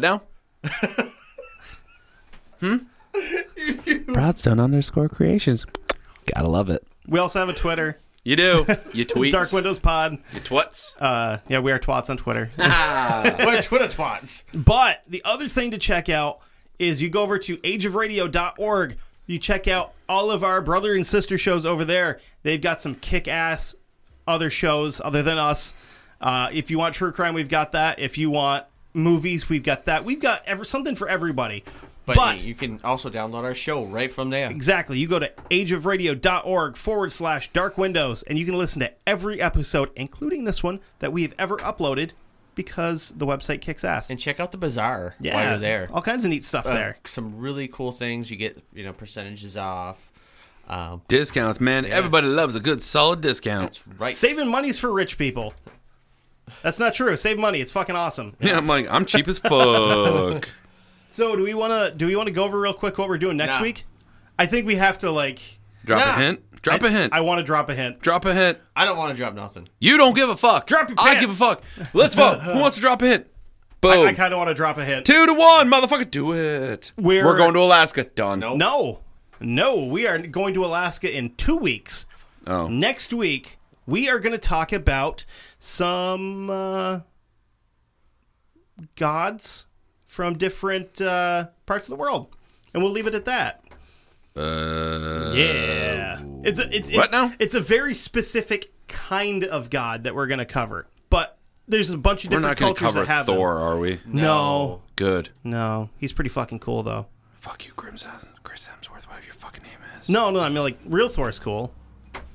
(laughs)
now? hmm. Broadstone underscore creations. Gotta love it.
We also have a Twitter,
You do. You tweets.
Dark Windows Pod.
You twats.
Uh, yeah, we are twats on Twitter. Ah.
(laughs) We're Twitter twats.
But the other thing to check out is you go over to ageofradio.org. You check out all of our brother and sister shows over there. They've got some kick ass other shows other than us. Uh, if you want true crime, we've got that. If you want movies, we've got that. We've got ever, something for everybody.
But,
But-
you, you can also download our show right from there.
Exactly. You go to ageofradio.org forward slash dark windows and you can listen to every episode, including this one, that we have ever uploaded because the website kicks ass.
And check out the bazaar while you're there. Uh,
All kinds of neat stuff there.
Some really cool things. You get you know percentages off. Um,
Discounts, man. Everybody loves a good solid discount.
that's right.
Saving money's for rich people. That's not true. Save money. It's fucking awesome.
(laughs) Yeah, I'm like, I'm cheap as fuck.
(laughs) So do we wanna do we wanna go over real quick what we're doing next
Nah.
week? I think we have to like
Drop
Nah.
a hint. Drop a hint.
I wanna drop a hint.
Drop a hint.
I don't want to drop nothing.
You don't give a fuck.
Drop your
I give a
pants.
fuck.
(laughs)
Let's vote. Who wants to drop a hint? Boom.
I kinda wanna drop a hint.
Two to one, motherfucker. Do it.
We're-
We're going to Alaska. Done.
Nope.
No. No, we are going to Alaska in two weeks.
Oh.
Next week, we are going to talk about some uh, gods from different uh, parts of the world. And we'll leave it at that.
Uh,
Yeah. It's a, it's,
What
it's-
now?
It's a very specific kind of god that we're going to cover. But there's a bunch of
we're
different
not going to
cultures
cover
that have him.
Thor, are we?
No.
Good.
(laughs) No. He's pretty fucking cool, though.
Fuck you, Grim's Chris Hemsworth, whatever your fucking name is.
No, no, I mean, like, real Thor's cool.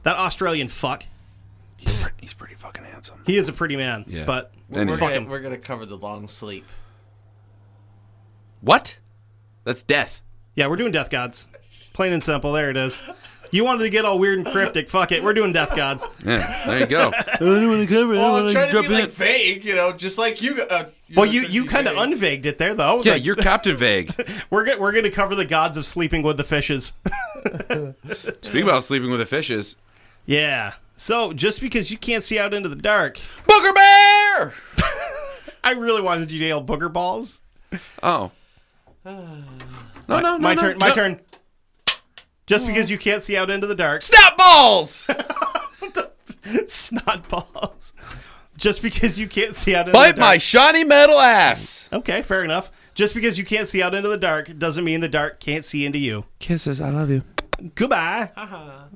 That Australian fuck.
He's, pre- he's pretty fucking handsome.
He is a pretty man.
Yeah.
But
Anyway.
We're
fuck
gonna,
him.
we're gonna cover the long sleep.
What? That's death.
Yeah, we're doing Death Gods. Plain and simple. There it is. You wanted to get all weird and cryptic. Fuck it. We're doing Death Gods.
Yeah, there you
(laughs)
go.
Well, I'm trying to be like vague, you know, just like you. Uh,
Well, you, you kind of
un.
unvagued it there, though.
yeah,
Like,
you're Captain Vague.
we're go- we're going to cover the gods of sleeping with the fishes. (laughs)
Speaking about sleeping with the fishes.
yeah. So just because you can't see out into the dark,
Booger Bear!
I really wanted you to yell booger balls.
Oh. No, no, no.
my
no,
turn. My
no.
turn. Just because you can't see out into the dark, (laughs)
Snap balls!
snot balls. Just because you can't see out into the
Bite
dark.
my shiny metal ass!
okay, fair enough. Just because you can't see out into the dark doesn't mean the dark can't see into you.
Kisses, I love you.
Goodbye.